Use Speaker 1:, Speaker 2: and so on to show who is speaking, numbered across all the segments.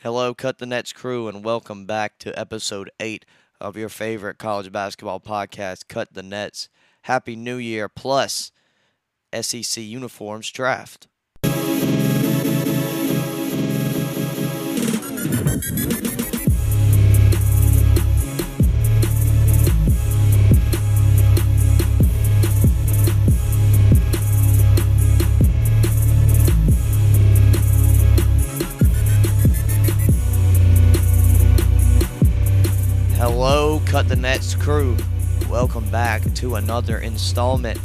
Speaker 1: Hello, Cut the Nets crew, and welcome back to episode 8 of your favorite college basketball podcast, Cut the Nets. Happy New Year, plus SEC uniforms draft. Hello, Cut the Nets crew. Welcome back to another installment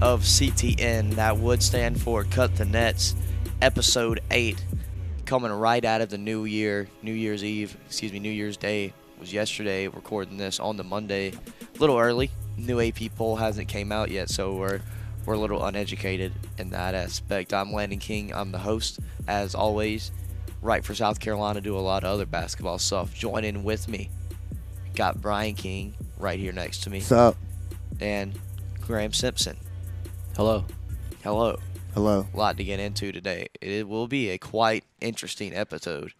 Speaker 1: of CTN that would stand for Cut the Nets, episode 8, coming right out of the new year, New Year's Eve, excuse me, New Year's Day was yesterday, recording this on the Monday, a little early. New AP poll hasn't came out yet, so we're we're a little uneducated in that aspect. I'm Landon King, I'm the host as always. Right for South Carolina, do a lot of other basketball stuff. Join in with me got Brian King right here next to me
Speaker 2: What's up?
Speaker 1: and Graham Simpson.
Speaker 3: Hello.
Speaker 1: Hello.
Speaker 2: Hello.
Speaker 1: A lot to get into today. It will be a quite interesting episode.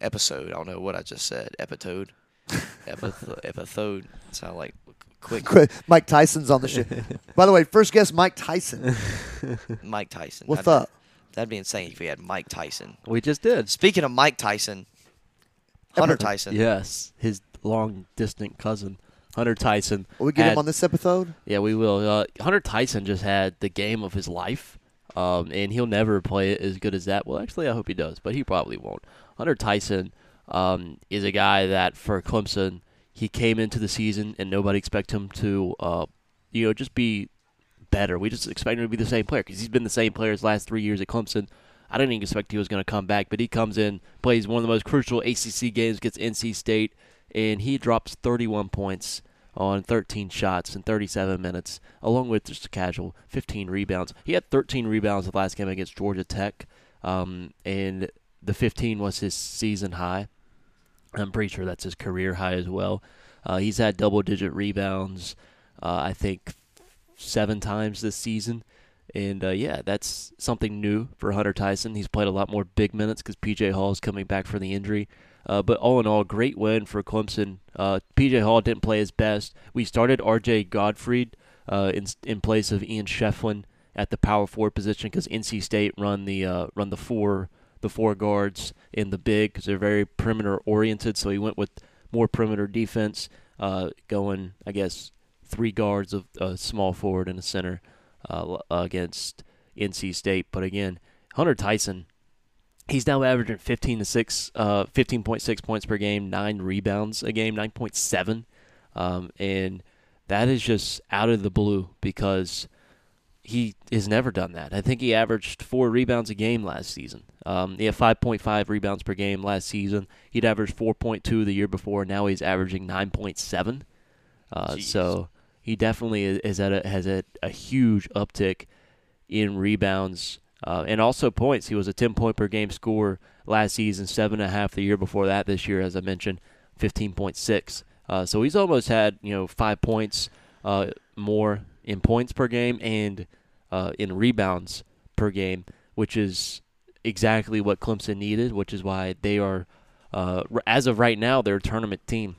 Speaker 1: Episode. I don't know what I just said. Epitode.
Speaker 3: uh,
Speaker 1: Epith- epithode. Sound like quick
Speaker 2: Qu- Mike Tyson's on the show. By the way, first guest Mike Tyson.
Speaker 1: Mike Tyson.
Speaker 2: What's
Speaker 1: That'd-
Speaker 2: up?
Speaker 1: That'd be insane if we had Mike Tyson.
Speaker 3: We just did.
Speaker 1: Speaking of Mike Tyson, Hunter
Speaker 2: Epithet.
Speaker 1: Tyson.
Speaker 3: Yes, his long distant cousin, Hunter Tyson.
Speaker 2: Will we get
Speaker 3: had-
Speaker 2: him on this episode?
Speaker 3: Yeah, we will. Uh, Hunter Tyson just had the game of his life, um, and he'll never play it as good as that. Well, actually, I hope he does, but he probably won't. Hunter Tyson um, is a guy that for Clemson, he came into the season and nobody expected him to, uh, you know, just be better. We just expect him to be the same player because he's been the same player his last three years at Clemson. I didn't even expect he was going to come back, but he comes in, plays one of the most crucial ACC games, gets NC State, and he drops 31 points on 13 shots in 37 minutes, along with just a casual 15 rebounds. He had 13 rebounds the last game against Georgia Tech, um, and the 15 was his season high. I'm pretty sure that's his career high as well. Uh, he's had double digit rebounds, uh, I think, seven times this season. And uh, yeah, that's something new for Hunter Tyson. He's played a lot more big minutes because PJ Hall is coming back from the injury. Uh, but all in all, great win for Clemson. Uh, PJ Hall didn't play his best. We started RJ Godfried uh, in, in place of Ian Shefflin at the power forward position because NC State run the uh, run the four the four guards in the big because they're very perimeter oriented. So he went with more perimeter defense, uh, going I guess three guards of a small forward and a center uh, l- against NC State. But again, Hunter Tyson, he's now averaging 15 to 6, uh, 15.6 points per game, nine rebounds a game, 9.7, um, and that is just out of the blue because he has never done that. I think he averaged four rebounds a game last season. Um, he had 5.5 rebounds per game last season. He'd averaged 4.2 the year before. Now he's averaging 9.7. Uh,
Speaker 1: Jeez.
Speaker 3: so he definitely is- is at a, has a, a huge uptick in rebounds uh, and also points. He was a 10 point per game scorer last season, seven and a half the year before that. This year, as I mentioned, 15.6. Uh, so he's almost had you know five points uh, more in points per game and uh, in rebounds per game, which is exactly what Clemson needed, which is why they are, uh, r- as of right now, they're a tournament team.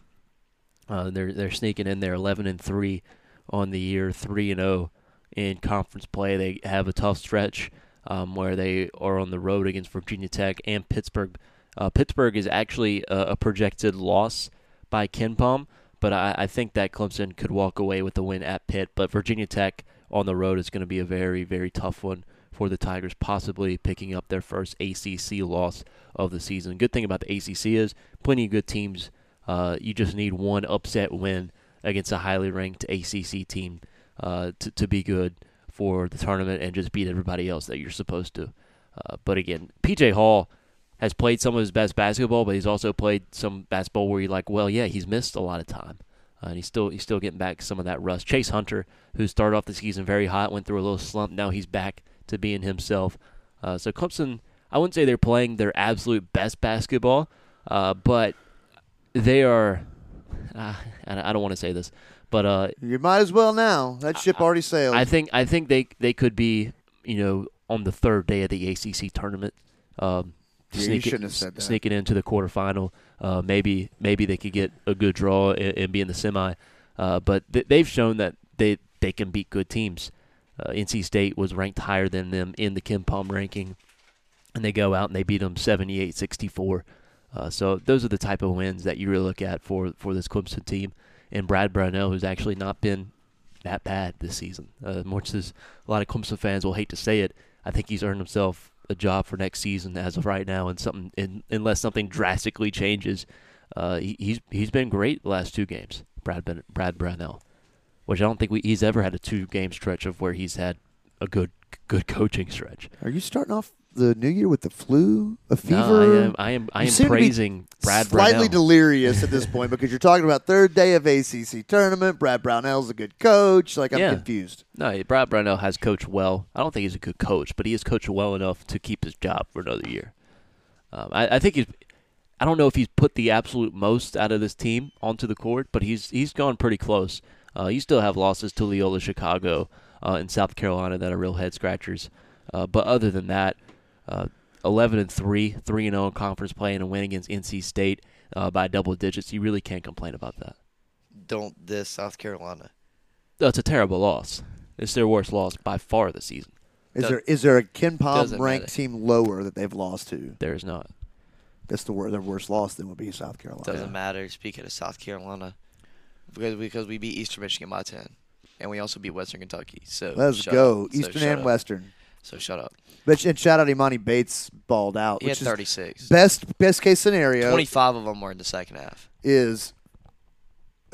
Speaker 3: Uh, they're they're sneaking in there 11 and three on the year, three and zero in conference play. They have a tough stretch um, where they are on the road against Virginia Tech and Pittsburgh. Uh, Pittsburgh is actually a, a projected loss by Ken Palm, but I, I think that Clemson could walk away with the win at Pitt. But Virginia Tech on the road is going to be a very very tough one for the Tigers, possibly picking up their first ACC loss of the season. Good thing about the ACC is plenty of good teams. Uh, you just need one upset win against a highly ranked ACC team uh, to, to be good for the tournament and just beat everybody else that you're supposed to. Uh, but again, PJ Hall has played some of his best basketball, but he's also played some basketball where you're like, well, yeah, he's missed a lot of time. Uh, and he's still he's still getting back some of that rust. Chase Hunter, who started off the season very hot, went through a little slump. Now he's back to being himself. Uh, so Clemson, I wouldn't say they're playing their absolute best basketball, uh, but they are. Uh, I I don't want to say this, but uh,
Speaker 2: You might as well now. That ship already sailed.
Speaker 3: I think I think they they could be you know on the third day of the ACC tournament. Um,
Speaker 2: Yeah, you
Speaker 3: sneak it-
Speaker 2: shouldn't have said that.
Speaker 3: sneaking into the quarterfinal. Uh, maybe maybe they could get a good draw and, and be in the semi. Uh, but th- they've shown that they they can beat good teams. Uh, NC State was ranked higher than them in the Kim Palm ranking, and they go out and they beat them 78-64. Uh, so those are the type of wins that you really look at for for this Clemson team. And Brad Brownell, who's actually not been that bad this season. Uh, much as a lot of Clemson fans will hate to say it, I think he's earned himself a job for next season as of right now. And something, in, unless something drastically changes, uh, he, he's he's been great the last two games. Brad ben, Brad Brownell, which I don't think we, he's ever had a two game stretch of where he's had a good good coaching stretch.
Speaker 2: Are you starting off the new year with the flu, a fever?
Speaker 3: No, I am I am I
Speaker 2: You
Speaker 3: am
Speaker 2: seem to be
Speaker 3: praising Brad
Speaker 2: Slightly
Speaker 3: Brownell.
Speaker 2: delirious at this point because you're talking about third day of ACC tournament. Brad Brownell's a good coach. Like I'm
Speaker 3: Yeah.
Speaker 2: confused.
Speaker 3: no, Brad Brownell has coached well. I don't think he's a good coach, but he has coached well enough to keep his job for another year. Um, I, I think he's. I don't know if he's put the absolute most out of this team onto the court, but he's he's gone pretty close. Uh, you still have losses to Loyola, Chicago, uh, and South Carolina that are real head scratchers. Uh, but other than that, uh, 11 and three, three and zero in conference play, and a win against NC State uh, by double digits. You really can't complain about that.
Speaker 1: Don't diss South Carolina.
Speaker 3: That's a terrible loss. It's their worst loss by far this season.
Speaker 2: Is
Speaker 1: Does-
Speaker 2: there is there a Ken Palm
Speaker 3: Doesn't
Speaker 2: ranked
Speaker 3: matter.
Speaker 2: team lower that they've lost to?
Speaker 3: There is not.
Speaker 2: That's the wor- their worst loss. Then would be South Carolina.
Speaker 1: Doesn't
Speaker 3: Yeah.
Speaker 1: matter. Speaking of South Carolina, because because we beat Eastern Michigan by ten, and we also beat Western Kentucky. So
Speaker 2: Let's
Speaker 1: shut
Speaker 2: go
Speaker 1: up. So
Speaker 2: Eastern
Speaker 1: shut
Speaker 2: and
Speaker 1: up.
Speaker 2: Western.
Speaker 1: So shut up.
Speaker 2: But and shout out Imani Bates balled out.
Speaker 1: He had
Speaker 2: Which is
Speaker 1: thirty six.
Speaker 2: best best case scenario.
Speaker 1: Twenty five of them were in the second half.
Speaker 2: is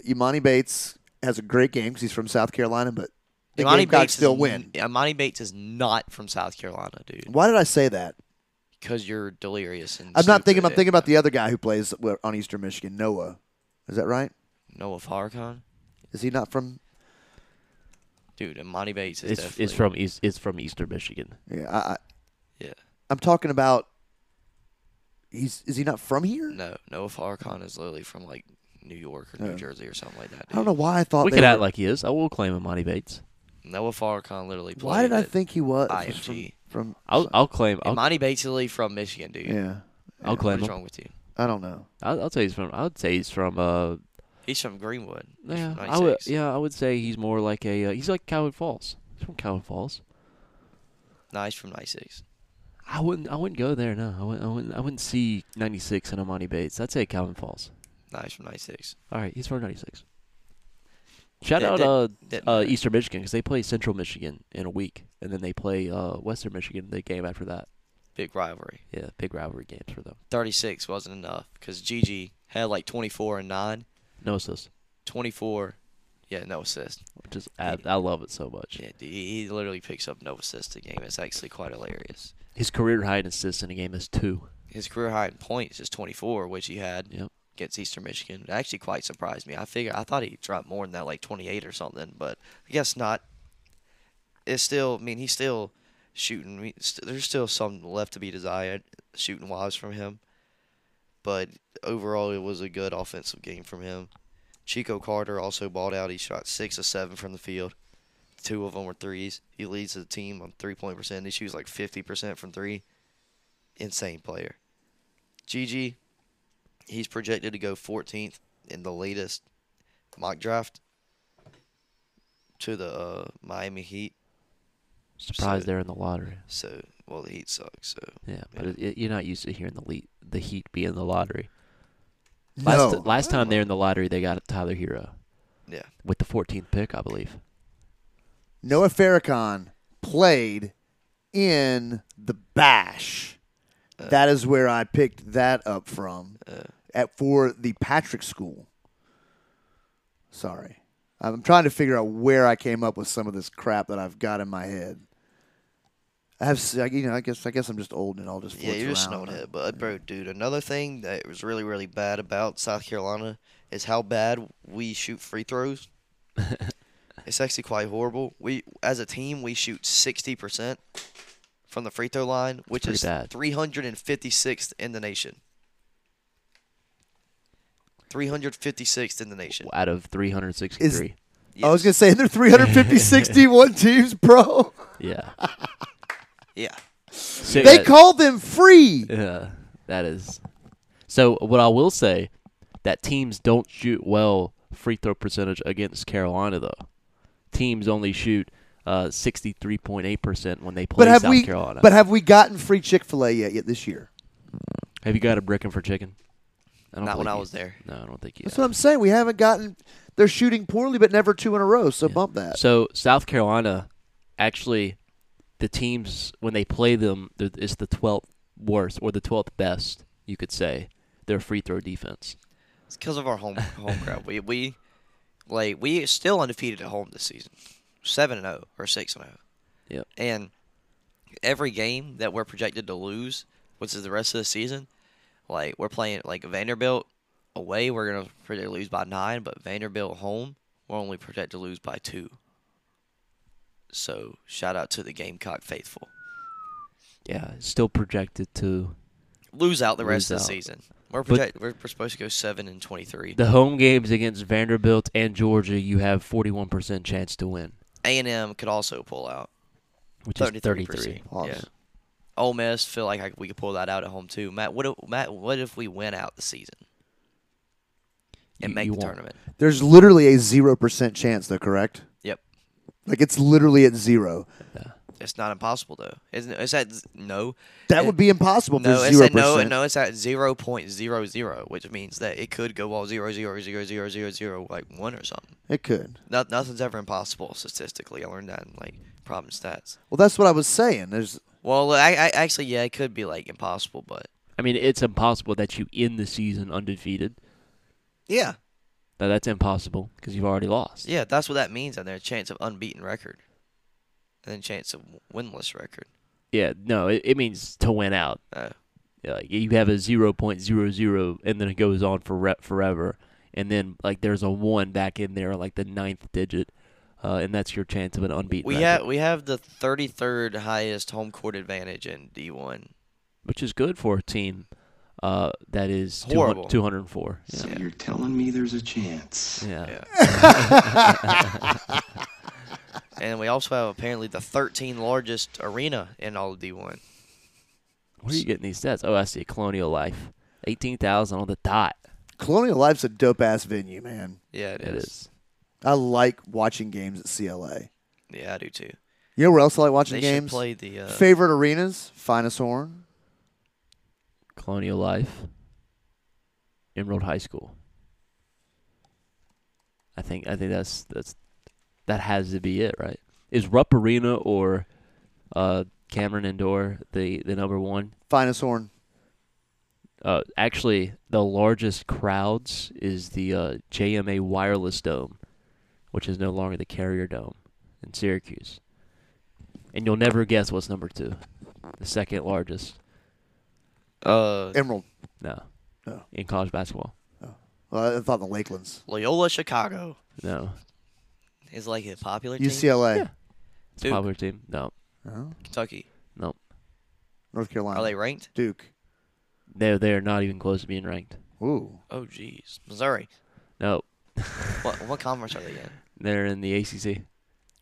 Speaker 2: Imani Bates has a great game because he's from South Carolina, but the
Speaker 1: Imani
Speaker 2: Gamecocks
Speaker 1: Bates is
Speaker 2: still
Speaker 1: n-
Speaker 2: win.
Speaker 1: Imani Bates is not from South Carolina, dude.
Speaker 2: Why did I say that?
Speaker 1: Because you're delirious and
Speaker 2: I'm not thinking. I'm
Speaker 1: stupid.
Speaker 2: thinking about the other guy who plays on Eastern Michigan, Noah. Is that right?
Speaker 1: Noah Farrakhan,
Speaker 2: Is he not from?
Speaker 1: dude. Imani Bates is
Speaker 3: It's,
Speaker 1: definitely
Speaker 3: it's from East, it's from Eastern Michigan.
Speaker 2: Yeah, I, I,
Speaker 1: yeah.
Speaker 2: I'm talking about. He's is he not from here?
Speaker 1: No, Noah Farrakhan is literally from like New York or New
Speaker 2: Oh.
Speaker 1: Jersey or something like that.
Speaker 2: I don't
Speaker 1: dude.
Speaker 2: know why I thought.
Speaker 3: we
Speaker 2: they
Speaker 3: could act
Speaker 2: were-
Speaker 3: like he is. I will claim Imani Bates.
Speaker 1: Noah Farrakhan literally played.
Speaker 2: Why did I
Speaker 1: at-
Speaker 2: think he was, was from?
Speaker 1: IMG.
Speaker 2: from
Speaker 3: I'll, I'll claim. I'll,
Speaker 1: Imani Bates is literally from Michigan, dude.
Speaker 2: yeah,
Speaker 3: I'll claim
Speaker 1: What's
Speaker 3: him.
Speaker 1: wrong with you?
Speaker 2: I don't know.
Speaker 3: I'll, I'll say he's from. I'd say he's from. Uh,
Speaker 1: He's from Greenwood. He's
Speaker 3: yeah,
Speaker 1: from
Speaker 3: I would.
Speaker 1: 96.
Speaker 3: Yeah, I would say he's more like a. Uh, he's like Coward Falls. He's from Coward Falls.
Speaker 1: No, he's from 96.
Speaker 3: I wouldn't. I wouldn't go there. No, I wouldn't. I wouldn't, I wouldn't see 96 and Imani Bates. I'd say Calvin Falls.
Speaker 1: No, he's from 96.
Speaker 3: All right, he's from 96. Shout
Speaker 1: That-
Speaker 3: out
Speaker 1: that-
Speaker 3: uh,
Speaker 1: that-
Speaker 3: uh, Eastern Michigan because they play Central Michigan in a week, and then they play uh, Western Michigan the game after that.
Speaker 1: Big rivalry.
Speaker 3: Yeah, big rivalry games for them.
Speaker 1: 36 wasn't enough because Gigi had like 24 and 9.
Speaker 3: No assist,
Speaker 1: 24. Yeah, no assist.
Speaker 3: which is I, I love it so much.
Speaker 1: Yeah, dude, he he literally picks up no assist a game. It's actually quite hilarious.
Speaker 3: His career high in assists in a game is two.
Speaker 1: His career high in points is 24, which he had
Speaker 3: Yep.
Speaker 1: against Eastern Michigan. It actually quite surprised me. I figure I thought he dropped more than that, like 28 or something, but I guess not. It's still, I mean, he's still shooting. I mean, st- there's still some left to be desired shooting wise from him, but overall, it was a good offensive game from him. Chico Carter also balled out. He shot six of seven from the field. Two of them were threes. He leads the team on three point percentage. He was like 50% from three. Insane player. Gigi, he's projected to go 14th in the latest mock draft to the uh, Miami Heat.
Speaker 3: Surprised
Speaker 1: So-
Speaker 3: they're in the lottery.
Speaker 1: So, well, the Heat sucks. So,
Speaker 3: Yeah, but
Speaker 1: Yeah.
Speaker 3: It, it- you're not used to hearing the le- the Heat be in the lottery.
Speaker 2: no,
Speaker 3: Last last time they're in the lottery, they got Tyler Hero
Speaker 1: yeah,
Speaker 3: with the 14th pick, I believe.
Speaker 2: Noah Farrakhan played in the Bash.
Speaker 1: Uh.
Speaker 2: that is where I picked that up from at for the Patrick School. Sorry, I'm trying to figure out where I came up with some of this crap that I've got in my head. I have, s- I- you know, I guess I guess I'm just old and all just
Speaker 1: yeah,
Speaker 2: floats
Speaker 1: you're just
Speaker 2: around.
Speaker 1: snowhead. But, bro, dude, another thing that was really, really bad about South Carolina is how bad we shoot free throws. it's actually quite horrible. We, as a team, we shoot 60% from the free throw line, which
Speaker 3: pretty
Speaker 1: is
Speaker 3: bad.
Speaker 1: 356th in the nation. 356th in the nation.
Speaker 3: Out of 363.
Speaker 2: I was gonna say they're 351 teams, bro.
Speaker 3: yeah.
Speaker 1: Yeah.
Speaker 3: Sick-
Speaker 2: They
Speaker 3: uh,
Speaker 2: called them free.
Speaker 3: Yeah. That is. So what I will say, that teams don't shoot well free throw percentage against Carolina though. Teams only shoot uh, sixty three point eight percent when they play
Speaker 2: But have
Speaker 3: South
Speaker 2: we?
Speaker 3: Carolina.
Speaker 2: But have we gotten free Chick Fil A yet? Yet this year?
Speaker 3: have you got a brickin' for chicken? I
Speaker 1: Not when
Speaker 3: think
Speaker 1: I
Speaker 3: you-
Speaker 1: was there.
Speaker 3: No, I don't think you.
Speaker 2: That's
Speaker 3: have.
Speaker 2: what I'm saying. We haven't gotten. They're shooting poorly, but never two in a row. So bump that.
Speaker 3: So South Carolina, actually, the teams when they play them, they're- it's the twelfth worst or the twelfth best you could say their free throw defense.
Speaker 1: It's because of our home home crowd. We we like we are still undefeated at home this season, seven and zero or six and oh. zero.
Speaker 3: Yep.
Speaker 1: And every game that we're projected to lose, which is the rest of the season, like we're playing like Vanderbilt away, we're gonna project to lose by nine, but Vanderbilt home, we're only projected to lose by two. So shout out to the Gamecock faithful.
Speaker 3: Yeah, still projected to
Speaker 1: Lose out the rest
Speaker 3: Lose
Speaker 1: of the
Speaker 3: out.
Speaker 1: season. We're
Speaker 3: But-
Speaker 1: project- we're supposed to go seven and twenty three.
Speaker 3: the home games against Vanderbilt and Georgia. You have forty one percent chance to win,
Speaker 1: A and M could also pull out.
Speaker 3: which is thirty
Speaker 1: 33%.
Speaker 3: three.
Speaker 2: Pause.
Speaker 1: Yeah. Ole Miss feel like I, we could pull that out at home too. Matt, what if, Matt, what if we win out the season and
Speaker 3: You-
Speaker 1: make
Speaker 3: you
Speaker 1: the
Speaker 3: won't.
Speaker 1: tournament?
Speaker 2: There's literally a zero percent chance, though. Correct?
Speaker 1: Yep,
Speaker 2: Like it's literally at zero.
Speaker 1: it's not impossible though. Isn't it? It's at z- no.
Speaker 2: That
Speaker 1: It-
Speaker 2: would be impossible. If
Speaker 1: no.
Speaker 2: there's
Speaker 1: It's
Speaker 2: zero
Speaker 1: at no.
Speaker 2: percent.
Speaker 1: No, it's at zero point zero zero, which means that it could go all zero zero zero zero zero zero like one or something.
Speaker 2: It could.
Speaker 1: No, nothing's ever impossible statistically. I learned that in like problem stats.
Speaker 2: Well, that's what I was saying. There's
Speaker 1: Well, I, I actually yeah, it could be like impossible, but
Speaker 3: I mean, it's impossible that you end the season undefeated.
Speaker 1: yeah,
Speaker 3: Now, that's impossible because you've already lost.
Speaker 1: yeah, that's what that means. And their chance of unbeaten record, and then chance of winless record.
Speaker 3: Yeah, no, it, it means to win out.
Speaker 1: Uh,
Speaker 3: Yeah, like you have a 0.00 and then it goes on for re- forever and then like there's a 1 back in there like the ninth digit uh, and that's your chance of an unbeaten
Speaker 1: We
Speaker 3: record,
Speaker 1: have we have the 33rd highest home court advantage in D1.
Speaker 3: which is good for a team uh, that is two hun-
Speaker 1: Horrible.
Speaker 3: 204 yeah.
Speaker 4: So you're telling me there's a chance.
Speaker 3: Yeah.
Speaker 1: Yeah. and we also have apparently the 13th largest arena in all of D1.
Speaker 3: where are you getting these stats oh i see colonial life 18000 on the dot
Speaker 2: Colonial Life's a dope ass venue, man.
Speaker 1: Yeah, it
Speaker 3: it
Speaker 1: is.
Speaker 3: is
Speaker 2: I like watching games at CLA.
Speaker 1: Yeah, I do too.
Speaker 2: You know where else I like
Speaker 1: They
Speaker 2: watching
Speaker 1: should
Speaker 2: games?
Speaker 1: play the uh,
Speaker 2: Favorite arenas: Finest Horn,
Speaker 3: colonial life emerald high school i think i think that's that's that has to be it right is rupp arena or uh cameron indoor the the number one
Speaker 2: Finest Horn.
Speaker 3: uh actually the largest crowds is the uh jma wireless dome which is no longer the carrier dome in syracuse and you'll never guess what's number two the second largest
Speaker 1: uh,
Speaker 2: Emerald.
Speaker 3: no
Speaker 2: Oh.
Speaker 3: in college basketball
Speaker 2: Well, I thought the Lakelands.
Speaker 1: Loyola Chicago
Speaker 3: no
Speaker 1: is like a popular team.
Speaker 2: UCLA,
Speaker 3: Yeah. It's a
Speaker 1: Duke.
Speaker 3: popular team. No,
Speaker 2: Oh,
Speaker 1: Kentucky.
Speaker 3: no,
Speaker 2: North Carolina,
Speaker 1: Are they ranked?
Speaker 2: Duke.
Speaker 3: they're they're not even close to being ranked.
Speaker 2: Ooh,
Speaker 1: Oh jeez. Missouri.
Speaker 3: No,
Speaker 1: What what conference are they in?
Speaker 3: they're in the ACC.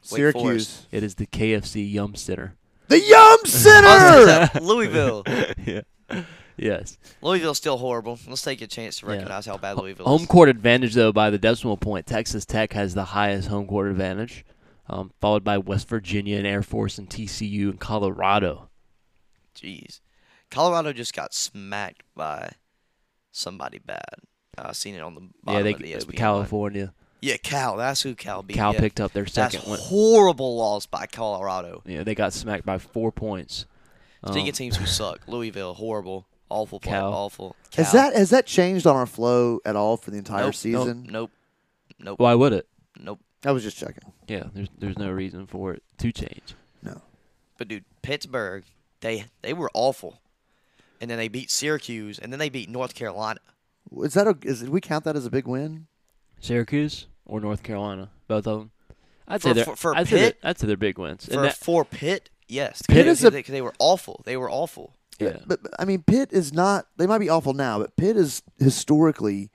Speaker 2: Syracuse,
Speaker 1: Forest.
Speaker 3: It is the KFC Yum Center.
Speaker 2: the Yum
Speaker 1: Oh,
Speaker 2: Center.
Speaker 1: it's, uh, Louisville.
Speaker 3: yeah. Yes.
Speaker 1: Louisville's still horrible. Let's take a chance to
Speaker 3: Yeah.
Speaker 1: recognize how bad Louisville is.
Speaker 3: Home court advantage though by the decimal point. Texas Tech has the highest home court advantage, um, followed by West Virginia and Air Force and TCU and Colorado.
Speaker 1: Jeez. Colorado just got smacked by somebody bad. I seen it on the bottom
Speaker 3: yeah, they
Speaker 1: of the E ESPN. line. E
Speaker 3: California.
Speaker 1: Yeah, Cal. That's who Cal beat.
Speaker 3: Cal
Speaker 1: yeah.
Speaker 3: picked up their
Speaker 1: That's
Speaker 3: second one.
Speaker 1: horrible loss by Colorado.
Speaker 3: Yeah, they got smacked by four points. Um,
Speaker 1: Speaking of teams who suck, Louisville, horrible, awful, play,
Speaker 3: Cal.
Speaker 1: awful. Cal.
Speaker 2: Has that has that changed on our flow at all for the entire
Speaker 1: nope,
Speaker 2: season?
Speaker 1: Nope, nope, nope,
Speaker 3: Why would it?
Speaker 1: nope.
Speaker 2: I was just checking.
Speaker 3: Yeah, there's there's no reason for it to change.
Speaker 2: No,
Speaker 1: But dude, Pittsburgh, they they were awful, and then they beat Syracuse, and then they beat North Carolina.
Speaker 2: is that a, is we count that as a big win?
Speaker 3: Syracuse or North Carolina, both of them. I'd
Speaker 1: For-
Speaker 3: say they're
Speaker 1: for- for
Speaker 3: I'd say they're-
Speaker 1: Pitt?
Speaker 3: I'd say they're big wins.
Speaker 1: For
Speaker 3: And that-
Speaker 1: for Pitt, yes,
Speaker 3: Pitt
Speaker 1: because
Speaker 2: is a-
Speaker 1: they, 'cause they were awful. They were awful.
Speaker 3: yeah.
Speaker 2: But, but I mean, Pitt is not. They might be awful now, but Pitt is historically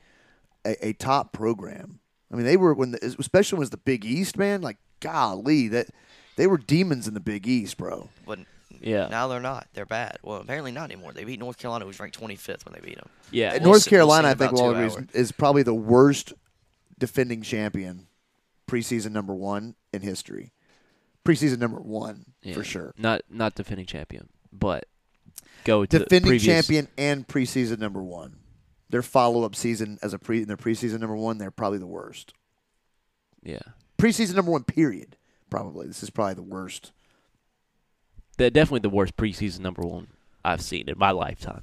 Speaker 2: a, a top program. I mean, they were when, the, especially when it was the Big East, man. Like, golly, that they were demons in the Big East, bro.
Speaker 1: But
Speaker 3: Yeah.
Speaker 1: Now they're not. They're bad. Well, apparently not anymore. They beat North Carolina, who was ranked 25th when they beat them.
Speaker 3: Yeah.
Speaker 2: And
Speaker 1: we'll
Speaker 2: North
Speaker 1: see- we'll see in
Speaker 2: Carolina, I think,
Speaker 1: about
Speaker 2: we'll
Speaker 1: two
Speaker 2: agree, is,
Speaker 1: hours.
Speaker 2: is probably the worst defending champion preseason number one in history. Preseason number one
Speaker 3: Yeah.
Speaker 2: for sure.
Speaker 3: Not not defending champion, but go to
Speaker 2: Defending
Speaker 3: previous-
Speaker 2: champion and preseason number one. Their follow up season as a pre in their preseason number one, they're probably the worst.
Speaker 3: Yeah.
Speaker 2: Preseason number one, period. Probably this is probably the worst.
Speaker 3: They're definitely the worst preseason number one I've seen in my lifetime.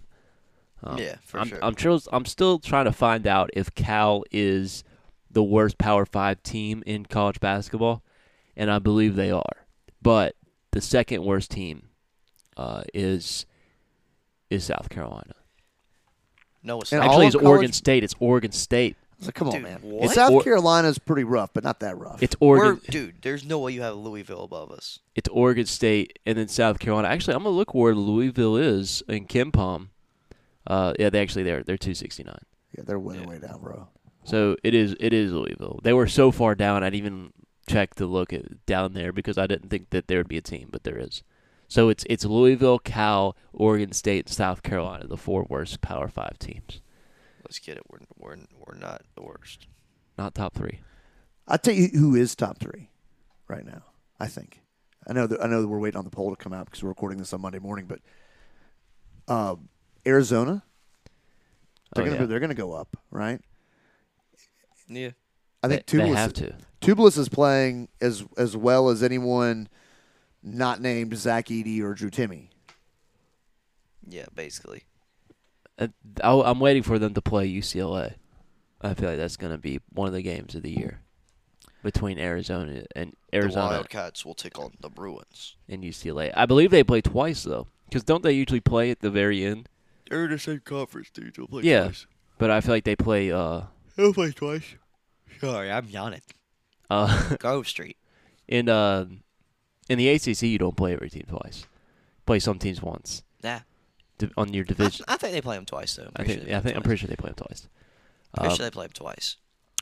Speaker 3: Um,
Speaker 1: Yeah, for
Speaker 3: I'm,
Speaker 1: sure.
Speaker 3: I'm, tr- I'm still trying to find out if Cal is the worst Power Five team in college basketball, and I believe they are. But the second worst team uh, is is South Carolina.
Speaker 1: No, it's
Speaker 2: And
Speaker 1: not.
Speaker 2: all
Speaker 3: Actually,
Speaker 2: of
Speaker 3: it's Oregon
Speaker 2: college-
Speaker 3: State. It's Oregon State.
Speaker 2: So come on,
Speaker 1: Dude,
Speaker 2: man.
Speaker 1: what?
Speaker 2: South
Speaker 3: Or-
Speaker 2: Carolina's pretty rough, but not that rough.
Speaker 3: It's
Speaker 1: We're,
Speaker 3: Oregon.
Speaker 1: dude, there's no way you have Louisville above us.
Speaker 3: It's Oregon State and then South Carolina. Actually, I'm gonna look where Louisville is in Kim Palm. Uh, yeah, they actually they're they're 269.
Speaker 2: yeah, they're way way down, bro.
Speaker 3: So it is it is Louisville. They were so far down I'd even check to look at down there because I didn't think that there would be a team, but there is. So it's it's Louisville, Cal, Oregon State, and South Carolina, the four worst Power Five teams.
Speaker 1: Let's get it. We're, we're, we're not the worst.
Speaker 3: Not top three.
Speaker 2: I'll tell you who is top three right now. I think. I know. That, I know that we're waiting on the poll to come out because we're recording this on Monday morning. But uh, Arizona, they're
Speaker 3: Oh,
Speaker 2: gonna
Speaker 3: yeah.
Speaker 2: they're gonna go up, right?
Speaker 1: Yeah.
Speaker 2: I think
Speaker 3: They-
Speaker 2: Tubulis,
Speaker 3: they have to.
Speaker 2: Tubulis is playing as as well as anyone not named Zach Eady or Drew Timmy.
Speaker 1: Yeah, basically.
Speaker 3: Uh, I, I'm waiting for them to play UCLA. I feel like that's going to be one of the games of the year between Arizona and
Speaker 1: The
Speaker 3: Arizona
Speaker 1: Wildcats will take on the Bruins.
Speaker 3: and UCLA. I believe they play twice though, because don't they usually play at the very end?
Speaker 1: They're in the same conference, dude. They'll play
Speaker 3: yeah, but I feel like they play. Uh,
Speaker 1: They'll play twice. Sorry, I'm yawning.
Speaker 3: uh,
Speaker 1: Grove Street.
Speaker 3: in uh, in the ACC, you don't play every team twice. Play some teams once
Speaker 1: Nah.
Speaker 3: Di- on your
Speaker 1: I,
Speaker 3: division.
Speaker 1: I think they play them twice, though. I'm
Speaker 3: I
Speaker 1: pretty
Speaker 3: think.
Speaker 1: sure they
Speaker 3: Yeah, I
Speaker 1: play
Speaker 3: think I'm
Speaker 1: 'em twice.
Speaker 3: pretty sure they play them twice.
Speaker 1: Pretty
Speaker 3: Um,
Speaker 1: sure they play them twice.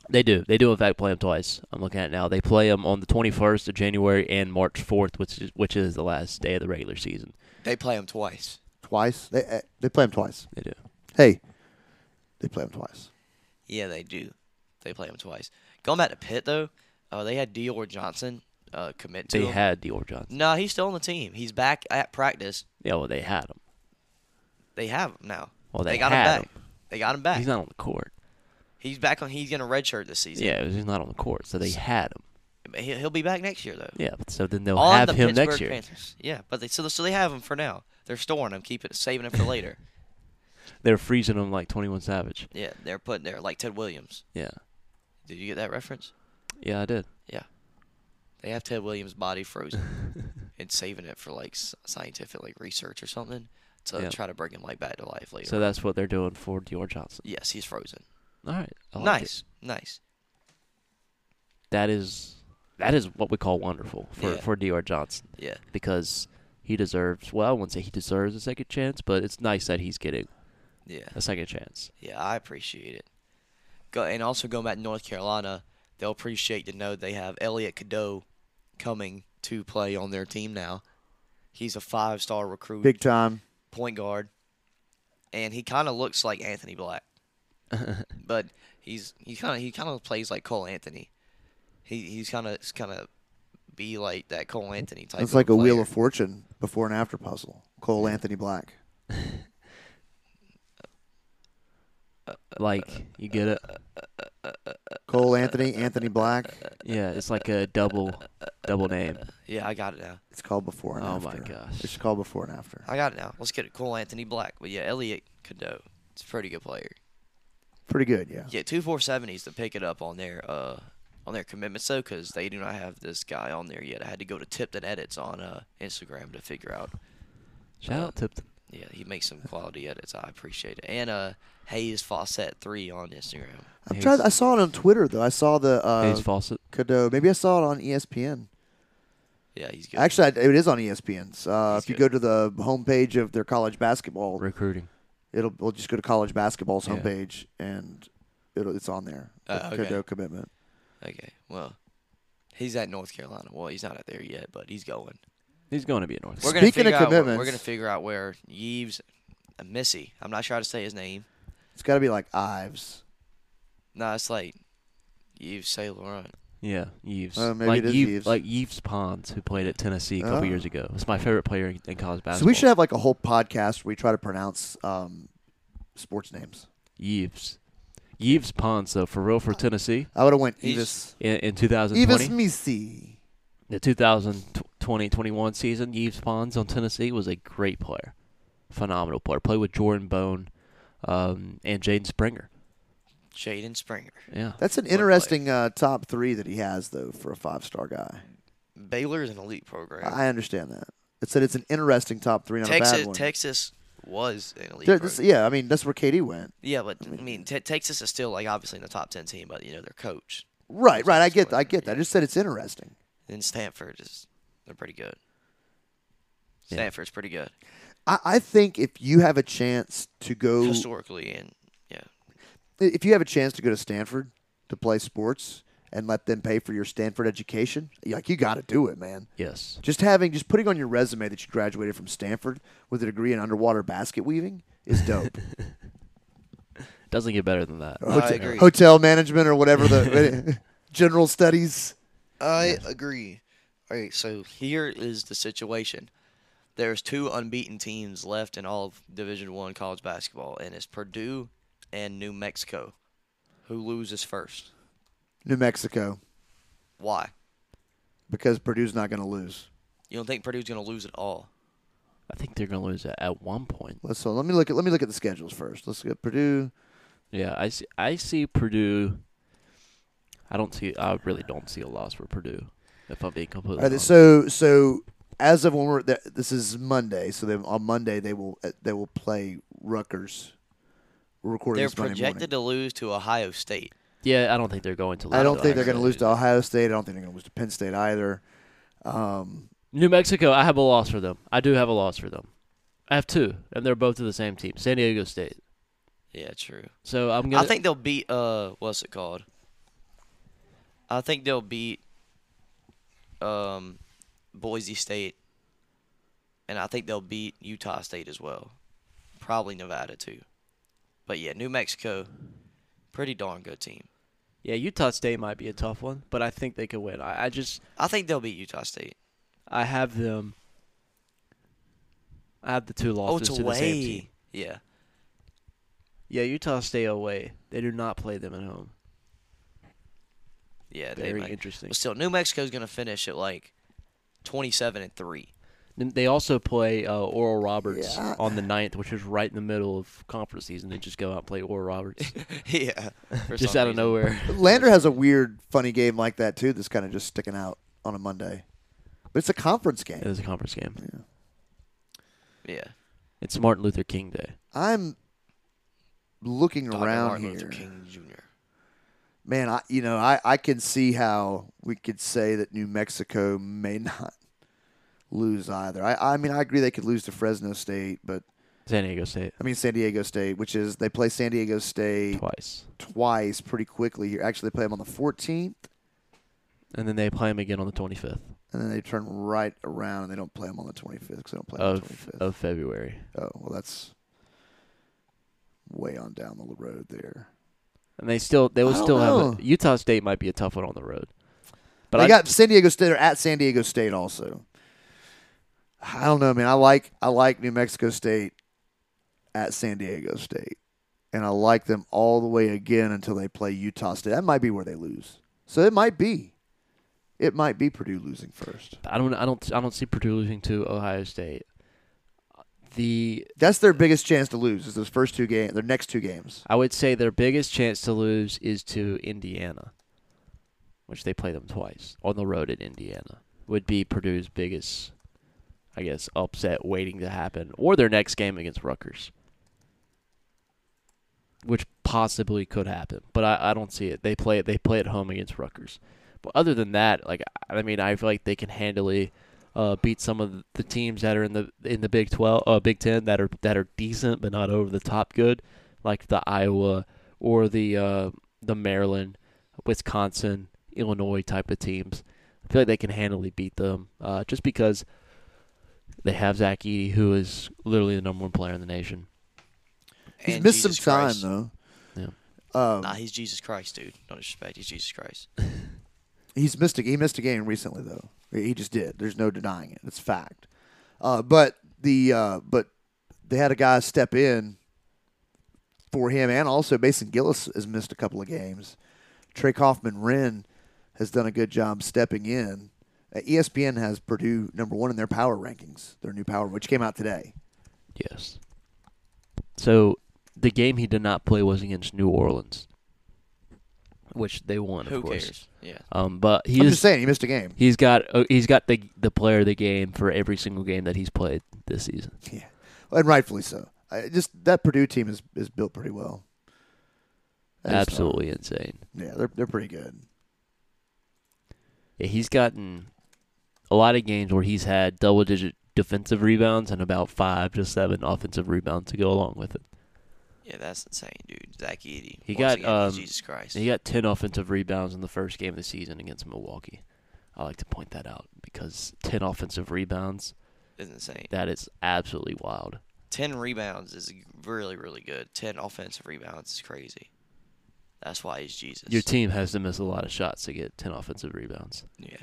Speaker 3: They do. They do in fact play them twice. I'm looking at it now. They play them on the 21st of January and March 4th, which is which is the last day of the regular season.
Speaker 1: They play them twice.
Speaker 2: Twice they eh, they play him twice.
Speaker 3: They do.
Speaker 2: Hey, they play him twice.
Speaker 1: Yeah, they do. They play them twice. Going back to Pitt, though, uh, they had Dior Johnson uh, commit to
Speaker 3: They
Speaker 1: him.
Speaker 3: had Dior Johnson.
Speaker 1: No, he's still on the team. He's back at practice.
Speaker 3: Yeah, well, they had him.
Speaker 1: They have him now.
Speaker 3: Well, they
Speaker 1: got
Speaker 3: had
Speaker 1: him back.
Speaker 3: him.
Speaker 1: They got him back.
Speaker 3: He's
Speaker 1: He's,
Speaker 3: not on the court.
Speaker 1: back on. He's gonna redshirt this season.
Speaker 3: Yeah, he's not on the court. So they had him.
Speaker 1: But he- he'll be back next year though.
Speaker 3: Yeah, but so then they'll
Speaker 1: on
Speaker 3: have
Speaker 1: the
Speaker 3: him
Speaker 1: Pittsburgh
Speaker 3: next year.
Speaker 1: Panthers. Yeah, but they so, so they have him for now. They're storing him, keeping saving him for later.
Speaker 3: They're freezing him like 21 Savage.
Speaker 1: yeah, they're putting there like Ted Williams.
Speaker 3: Yeah.
Speaker 1: Did you get that reference?
Speaker 3: Yeah, I did.
Speaker 1: Yeah. They have Ted Williams' body frozen and saving it for like s- scientific like research or something to
Speaker 3: Yeah.
Speaker 1: try to bring him like back to life later.
Speaker 3: So that's what they're doing for Dior Johnson.
Speaker 1: yes, he's frozen.
Speaker 3: All right. Oh, I like it.
Speaker 1: nice, nice.
Speaker 3: That is that is what we call wonderful for
Speaker 1: Yeah.
Speaker 3: for Dior Johnson.
Speaker 1: Yeah,
Speaker 3: because he deserves well, I wouldn't say he deserves a second chance, but it's nice that he's getting
Speaker 1: yeah.
Speaker 3: a second chance.
Speaker 1: Yeah, I appreciate it. Go and also going back to North Carolina, they'll appreciate to know they have Elliot Cadeau coming to play on their team now. He's a five-star recruit,
Speaker 2: Big time.
Speaker 1: point guard, and he kind of looks like Anthony Black, but he's he kind of he kind of plays like Cole Anthony. He he's kind of kind of be like that Cole Anthony type.
Speaker 2: It's like a wheel
Speaker 1: player.
Speaker 2: of fortune before and after puzzle. Cole Anthony Black.
Speaker 3: Like you get it?
Speaker 2: Cole Anthony Anthony Black.
Speaker 3: Yeah, it's like a double double name.
Speaker 1: Yeah, I got it now.
Speaker 2: It's called before and
Speaker 3: Oh
Speaker 2: after.
Speaker 3: my gosh.
Speaker 2: It's called before and after.
Speaker 1: I got it now. Let's get it, Cole Anthony Black. But yeah, Elliot Cadeau, it's a pretty good player.
Speaker 2: Pretty good, yeah.
Speaker 1: Yeah, two four seventies to pick it up on their uh on their commitments though, because they do not have this guy on there yet. I had to go to Tipton Edits on uh Instagram to figure out.
Speaker 3: Shout out Tipton.
Speaker 1: Yeah, he makes some quality edits. I appreciate it. And uh Hayes Fawcett three on Instagram.
Speaker 2: I'm
Speaker 3: Hayes-
Speaker 2: trying. I saw it on Twitter though. I saw the uh,
Speaker 3: Hayes Fawcett.
Speaker 2: Cadeau. Maybe I saw it on E ESPN.
Speaker 1: Yeah, he's good.
Speaker 2: Actually, I, it is on ESPN. Uh,
Speaker 1: He's
Speaker 2: if you
Speaker 1: good.
Speaker 2: go to the homepage of their college basketball,
Speaker 3: Recruiting.
Speaker 2: it'll we'll just go to college basketball's
Speaker 3: Yeah.
Speaker 2: homepage and it'll it's on there.
Speaker 1: Uh,
Speaker 2: The
Speaker 1: okay.
Speaker 2: Cadeau commitment.
Speaker 1: okay, well, he's at North Carolina. Well, he's not out there yet, but he's going.
Speaker 3: He's going to be a North.
Speaker 1: We're gonna
Speaker 2: Speaking of
Speaker 1: figure out where- we're
Speaker 2: commitments-
Speaker 1: gonna figure out where Yves, uh, Missy. I'm not sure how to say his name.
Speaker 2: It's got to be like Ives.
Speaker 1: No, it's like Yves Saint Laurent.
Speaker 3: Yeah, Eves.
Speaker 2: Oh, maybe
Speaker 3: like
Speaker 2: it is
Speaker 3: Yves,
Speaker 2: Eves.
Speaker 3: Like Eves Pons, who played at Tennessee a couple
Speaker 2: Oh.
Speaker 3: years ago. It's my favorite player in college basketball.
Speaker 2: So we should have like a whole podcast where we try to pronounce um, sports names.
Speaker 3: Eves. Eves Pons, though, for real, for Tennessee
Speaker 2: I would have went
Speaker 1: He's-
Speaker 2: Evis.
Speaker 3: in, in
Speaker 2: Evis
Speaker 3: 2020.
Speaker 2: Misi.
Speaker 3: the 2020-21 season, Yves Pons on Tennessee was a great player, phenomenal player. Played with Jordan Bone um, and Jaden Springer.
Speaker 1: Jaden Springer.
Speaker 3: Yeah,
Speaker 2: That's an
Speaker 1: Good play.
Speaker 2: interesting uh, top three that he has though for a five star guy.
Speaker 1: Baylor is an elite program.
Speaker 2: I understand that. It said it's an interesting top three, not a bad
Speaker 1: Texas,
Speaker 2: one.
Speaker 1: Texas was an elite.
Speaker 2: Dude,
Speaker 1: program.
Speaker 2: this- yeah, I mean that's where KD went.
Speaker 1: yeah, but I mean, te Texas is still like obviously in the top ten team, but you know their coach
Speaker 2: Right, right. I get, that, I get that. I just said it's interesting.
Speaker 1: and Stanford is they're pretty good.
Speaker 3: Yeah.
Speaker 1: Stanford's pretty good
Speaker 2: I, I think if you have a chance to go,
Speaker 1: historically, and yeah,
Speaker 2: if you have a chance to go to Stanford to play sports and let them pay for your Stanford education, like you got to do it, man.
Speaker 3: yes.
Speaker 2: Just having, just putting on your resume that you graduated from Stanford with a degree in underwater basket weaving is dope.
Speaker 3: Doesn't get better than that.
Speaker 2: Uh-huh.
Speaker 1: I agree.
Speaker 2: Hotel management or whatever the general studies.
Speaker 1: I agree. All right, so here is the situation. There's two unbeaten teams left in all of Division One college basketball, and it's Purdue and New Mexico. Who loses first?
Speaker 2: New Mexico,
Speaker 1: Why?
Speaker 2: because Purdue's not going to lose.
Speaker 1: You don't think Purdue's gonna lose at all?
Speaker 3: I think they're gonna lose at, at one point.
Speaker 2: Let's so let me look at let me look at the schedules first. Let's get Purdue.
Speaker 3: Yeah, I see. I see Purdue. I don't see. I really don't see a loss for Purdue. If I'm being completely
Speaker 2: All right,
Speaker 3: honest.
Speaker 2: so so as of when we're th- this is Monday, so then on Monday they will uh, they will play Rutgers. We're recording
Speaker 1: They're
Speaker 2: this Monday
Speaker 1: projected to lose to Ohio State.
Speaker 3: yeah, I don't think they're going to. lose
Speaker 2: morning. I don't
Speaker 3: to
Speaker 2: think they're
Speaker 3: Ohio
Speaker 2: going to lose
Speaker 3: State.
Speaker 2: to Ohio State. I don't think they're going to lose to Penn State either. Um,
Speaker 3: New Mexico. I have a loss for them. I do have a loss for them. I have two, and they're both to the same team, San Diego State.
Speaker 1: Yeah, true.
Speaker 3: So I'm gonna.
Speaker 1: I think they'll beat uh what's it called? I think they'll beat um Boise State and I think they'll beat Utah State as well. Probably Nevada too. But yeah, New Mexico pretty darn good team.
Speaker 3: Yeah, Utah State might be a tough one, but I think they could win. I, I just
Speaker 1: I think they'll beat Utah State.
Speaker 3: I have them. I have the two
Speaker 1: Oh,
Speaker 3: losses
Speaker 1: it's
Speaker 3: to the same team.
Speaker 1: away. Yeah.
Speaker 3: Yeah, Utah State away. They do not play them at home.
Speaker 1: Yeah, they
Speaker 3: Very
Speaker 1: might-
Speaker 3: interesting.
Speaker 1: But still New Mexico's going to finish at like 27 and 3.
Speaker 3: Then They also play uh, Oral Roberts
Speaker 2: Yeah.
Speaker 3: on the 9th, which is right in the middle of conference season. They just go out and play Oral Roberts
Speaker 1: yeah. for
Speaker 3: just
Speaker 1: some
Speaker 3: out
Speaker 1: reason.
Speaker 3: of nowhere.
Speaker 2: Lander has a weird, funny game like that too. That's kind of just sticking out on a Monday, but it's a conference game.
Speaker 3: it is a conference game.
Speaker 1: Yeah.
Speaker 3: It's Martin Luther King Day.
Speaker 2: I'm looking
Speaker 1: Dr.
Speaker 2: around
Speaker 1: Martin
Speaker 2: here,
Speaker 1: Luther King Jr.
Speaker 2: man. I you know I I can see how we could say that New Mexico may not lose either. I I mean I agree they could lose to Fresno State, but
Speaker 3: San Diego State
Speaker 2: I mean San Diego State, which is they play San Diego State
Speaker 3: twice,
Speaker 2: twice pretty quickly here. Actually, they play them on the 14th,
Speaker 3: and then they play him again on the 25th
Speaker 2: and then they turn right around and they don't play them on the 25th because they don't play 'em on the
Speaker 3: of
Speaker 2: 25th.
Speaker 3: of February.
Speaker 2: oh well, that's way on down the road there.
Speaker 3: And they still they will
Speaker 2: I don't
Speaker 3: still have
Speaker 2: know.
Speaker 3: a, Utah State might be a tough one on the road. But
Speaker 2: they
Speaker 3: I
Speaker 2: got San Diego State or at San Diego State also. I don't know, man. I like I like New Mexico State at San Diego State, and I like them all the way again until they play Utah State. That might be where they lose. So it might be, it might be Purdue losing first.
Speaker 3: I don't I don't I don't see Purdue losing to Ohio State. The
Speaker 2: That's their biggest chance to lose is those first two games, their next two games.
Speaker 3: I would say their biggest chance to lose is to Indiana, which they play them twice on the road at Indiana. Would be Purdue's biggest, I guess, upset waiting to happen, or their next game against Rutgers, which possibly could happen. But I, I don't see it. They play they play at home against Rutgers. But other than that, like I mean, I feel like they can handily uh, beat some of the teams that are in the in the Big Twelve, uh, Big Ten that are that are decent but not over the top good, like the Iowa or the uh, the Maryland, Wisconsin, Illinois type of teams. I feel like they can handily beat them, uh, just because They have Zach Eady, who is literally the number one player in the nation.
Speaker 2: He's
Speaker 1: And
Speaker 2: missed
Speaker 1: Jesus
Speaker 2: some time
Speaker 1: Christ.
Speaker 2: though.
Speaker 3: Yeah.
Speaker 2: Um,
Speaker 1: Nah, he's Jesus Christ, dude. No disrespect, he's Jesus Christ.
Speaker 2: He's missed a he missed a game recently though. He just did. There's no denying it. It's fact. Uh, but the uh, but they had a guy step in for him, and also Mason Gillis has missed a couple of games. Trey Kaufman Wren has done a good job stepping in. Uh, ESPN has Purdue number one in their power rankings, their new power, which came out today.
Speaker 3: Yes. So the game he did not play was against New Orleans, which they won,
Speaker 1: Who
Speaker 3: of course.
Speaker 1: cares? Yeah.
Speaker 3: Um, but
Speaker 2: I'm
Speaker 3: he's
Speaker 2: just saying he missed a game.
Speaker 3: he's got uh, he's got the the player of the game for every single game that he's played this season.
Speaker 2: Yeah, and rightfully so. I, just that Purdue team is is built pretty well. That is-
Speaker 3: Absolutely insane.
Speaker 2: Yeah, they're they're pretty good.
Speaker 3: Yeah, he's gotten a lot of games where he's had double digit defensive rebounds and about five to seven offensive rebounds to go along with it.
Speaker 1: Yeah, that's insane, dude. Zach Eady.
Speaker 3: He
Speaker 1: once
Speaker 3: got,
Speaker 1: again, he's
Speaker 3: um,
Speaker 1: Jesus Christ.
Speaker 3: He got 10 offensive rebounds in the first game of the season against Milwaukee. I like to point that out because 10 offensive rebounds,
Speaker 1: It's insane.
Speaker 3: that is absolutely wild.
Speaker 1: Ten rebounds is really, really good. Ten offensive rebounds is crazy. That's why he's Jesus.
Speaker 3: Your team has to miss a lot of shots to get 10 offensive rebounds.
Speaker 1: yeah.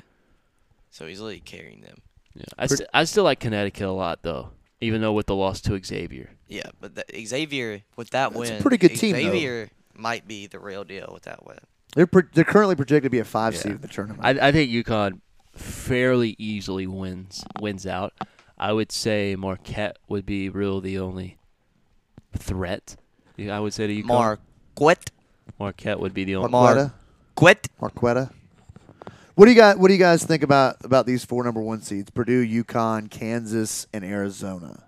Speaker 1: So he's literally carrying them.
Speaker 3: Yeah. I, st- I still like Connecticut a lot, though, even though with the loss to Xavier.
Speaker 1: Yeah, but that, Xavier with that
Speaker 2: That's a
Speaker 1: win,
Speaker 2: pretty good team, though.
Speaker 1: Xavier might be the real deal with that win.
Speaker 2: They're pro- they're currently projected to be a five
Speaker 3: Yeah.
Speaker 2: seed in the tournament.
Speaker 3: I, I think UConn fairly easily wins wins out. I would say Marquette would be real the only threat. I would say to UConn.
Speaker 1: Marquette,
Speaker 3: Marquette would be the only.
Speaker 2: Marquetta,
Speaker 1: Quet.
Speaker 2: Marquetta. What do you guys What do you guys think about about these four number one seeds? Purdue, Yukon, Kansas, and Arizona.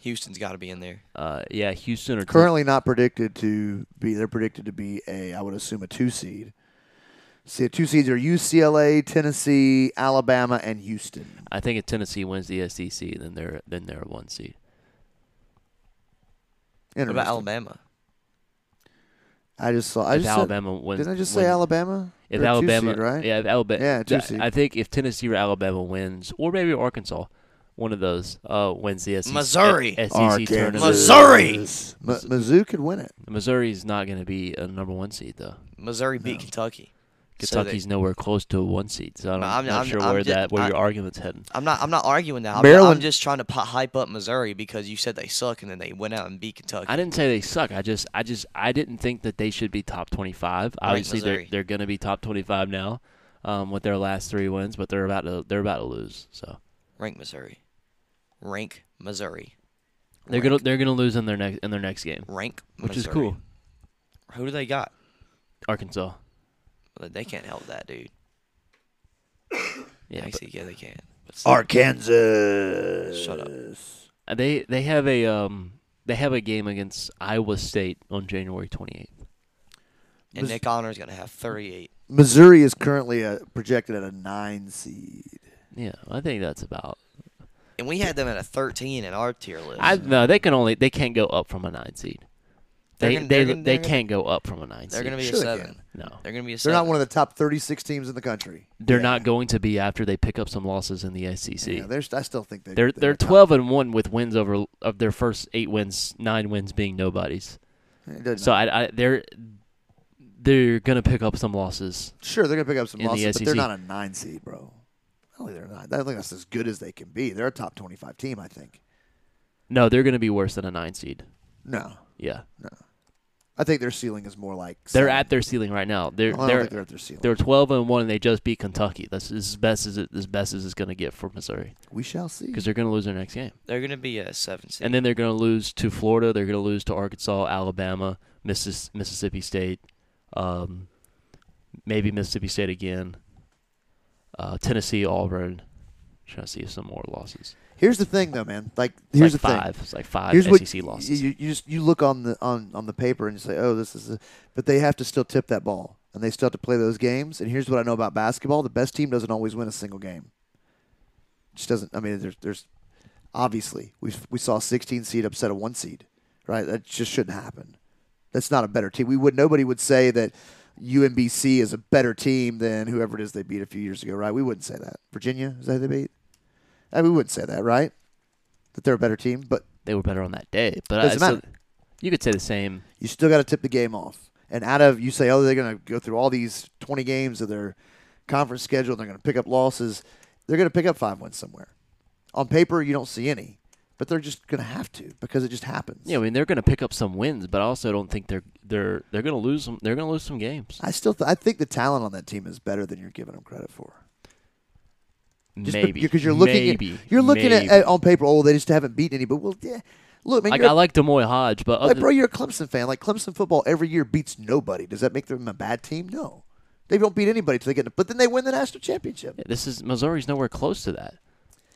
Speaker 1: Houston's got to be in there.
Speaker 3: Uh, yeah, Houston or
Speaker 2: Currently not predicted to be. They're predicted to be a. I would assume a two seed. See, the two seeds are UCLA, Tennessee, Alabama, and Houston.
Speaker 3: I think if Tennessee wins the SEC, then they're then they're a one seed.
Speaker 1: What about
Speaker 2: Interesting.
Speaker 1: Alabama?
Speaker 2: I just saw. I
Speaker 3: if
Speaker 2: just said-
Speaker 3: Alabama wins,
Speaker 2: didn't I just say
Speaker 3: wins-
Speaker 2: Alabama?
Speaker 3: If
Speaker 2: They're a
Speaker 3: Alabama,
Speaker 2: two seed, right?
Speaker 3: Yeah, if Alabama.
Speaker 2: Yeah, two
Speaker 3: th-
Speaker 2: seed.
Speaker 3: I think if Tennessee or Alabama wins, or maybe Arkansas, one of those uh, wins the SEC,
Speaker 1: Missouri.
Speaker 3: SEC
Speaker 2: Arkansas.
Speaker 3: E tournament.
Speaker 1: Missouri!
Speaker 2: Ma- Mizzou could win it.
Speaker 3: Missouri's not going to be a number one seed though.
Speaker 1: Missouri beat Kentucky. So they-
Speaker 3: Kentucky's nowhere close to a one seed, so I'm,
Speaker 1: But I'm-
Speaker 3: not
Speaker 1: I'm-
Speaker 3: sure
Speaker 1: I'm
Speaker 3: where
Speaker 1: ju-
Speaker 3: that where
Speaker 1: I-
Speaker 3: your argument's heading.
Speaker 1: I'm not. I'm not arguing that. I'm, I'm
Speaker 2: Maryland-
Speaker 1: just trying to pu- hype up Missouri because you said they suck and then they went out and beat Kentucky.
Speaker 3: I didn't say they suck. I just I just I didn't think that they should be top 25. Obviously they're
Speaker 1: Missouri.
Speaker 3: they're going to be top 25 now um, with their last 3 wins, but they're about to they're about to lose. So
Speaker 1: Rank Missouri. Rank Missouri.
Speaker 3: they're going to they're going to lose in their next in their next game,
Speaker 1: Rank.
Speaker 3: which is
Speaker 1: Missouri.
Speaker 3: cool.
Speaker 1: Who do they got?
Speaker 3: Arkansas.
Speaker 1: Well, They can't help that, dude.
Speaker 3: Yeah.
Speaker 1: Actually, yeah, they can. But still,
Speaker 2: Arkansas.
Speaker 1: shut up.
Speaker 3: but uh, They they have a um they have a game against Iowa State on January 28th.
Speaker 1: And
Speaker 2: Mis-
Speaker 1: Nick Honor's gonna have 38.
Speaker 2: Missouri is currently uh projected at a nine seed.
Speaker 3: Yeah, I think that's about.
Speaker 1: And we had them at a 13 in our tier list.
Speaker 3: I no, they can only they can't go up from a 9 seed.
Speaker 1: They're
Speaker 3: They
Speaker 1: gonna-
Speaker 3: they
Speaker 1: they're gonna-
Speaker 3: they
Speaker 1: they're gonna-
Speaker 3: can't go up from a 9
Speaker 1: They're
Speaker 3: seed.
Speaker 1: gonna be a
Speaker 2: Sure they
Speaker 1: seven.
Speaker 2: can.
Speaker 3: No.
Speaker 1: They're gonna be a
Speaker 2: They're
Speaker 1: seven.
Speaker 2: not one of the top 36 teams in the country.
Speaker 3: They're
Speaker 2: Yeah.
Speaker 3: not going to be after they pick up some losses in the SEC.
Speaker 2: Yeah, there's, I still think they,
Speaker 3: they're
Speaker 2: they
Speaker 3: they're
Speaker 2: are top.
Speaker 3: twelve and one with wins over of their first eight wins, nine wins being nobodies.
Speaker 2: It doesn't
Speaker 3: So I, I they're they're gonna pick up some losses.
Speaker 2: Sure, they're going to pick up some
Speaker 3: In the E
Speaker 2: losses, but they're
Speaker 3: SEC.
Speaker 2: not a nine seed, bro. I don't think they're not. I don't think that's as good as they can be. They're a top 25 team, I think.
Speaker 3: No, they're gonna be worse than a nine seed.
Speaker 2: No,
Speaker 3: Yeah,
Speaker 2: I think their ceiling is more like.
Speaker 3: they're
Speaker 2: seven.
Speaker 3: at their ceiling right now. They're
Speaker 2: I don't
Speaker 3: they're
Speaker 2: think they're at their ceiling.
Speaker 3: they're twelve and one, and they just beat Kentucky. That's as best as it, as best as it's gonna get for Missouri
Speaker 2: we shall see.
Speaker 3: because they're gonna lose their next game,
Speaker 1: They're gonna be a seven seed.
Speaker 3: and then they're gonna lose to Florida. They're gonna lose to Arkansas, Alabama, Missis, Mississippi State, um, maybe Mississippi State again, uh, Tennessee, Auburn. trying to see some more losses.
Speaker 2: Here's the thing, though, man. Like, here's
Speaker 3: like
Speaker 2: the thing.
Speaker 3: five. It's like five
Speaker 2: Here's what
Speaker 3: SEC
Speaker 2: y-
Speaker 3: losses.
Speaker 2: You, you just you look on the on, on the paper and you say, oh, this is, a, but they have to still tip that ball and they still have to play those games. And here's what I know about basketball: the best team doesn't always win a single game. Just doesn't. I mean, there's there's obviously we we saw a 16 seed upset a one seed, right? That just shouldn't happen. That's not a better team. We would nobody would say that UMBC is a better team than whoever it is they beat a few years ago, right? Eh, We wouldn't say that. Virginia is that who they beat? I mean, we wouldn't say that, right? that they're a better team, but
Speaker 3: They were better on that day, but
Speaker 2: Doesn't
Speaker 3: I, so
Speaker 2: matter.
Speaker 3: you could say the same.
Speaker 2: you still got to tip the game off. And out of you say, oh, they're going to go through all these 20 games of their conference schedule, they're going to pick up losses. They're going to pick up five wins somewhere. On paper, you don't see any, but they're just going to have to because it just happens.
Speaker 3: Yeah, I mean they're going to pick up some wins, but I also don't think they're they're they're going to lose some. They're going to lose some games.
Speaker 2: I still th- I think the talent on that team is better than you're giving them credit for. Just be-
Speaker 3: maybe
Speaker 2: because you're looking
Speaker 3: maybe,
Speaker 2: at, you're looking at,
Speaker 3: maybe.
Speaker 2: at on paper. Oh, they just haven't beaten any, but well, yeah. Look, man,
Speaker 3: like
Speaker 2: you're
Speaker 3: I
Speaker 2: a-
Speaker 3: like Des Moines Hodge, but
Speaker 2: Like,
Speaker 3: other-
Speaker 2: bro, you're a Clemson fan. Like, Clemson football every year beats nobody. Does that make them a bad team? No. They don't beat anybody till they get, but then they win the national championship.
Speaker 3: Yeah, This is Missouri's nowhere close to that.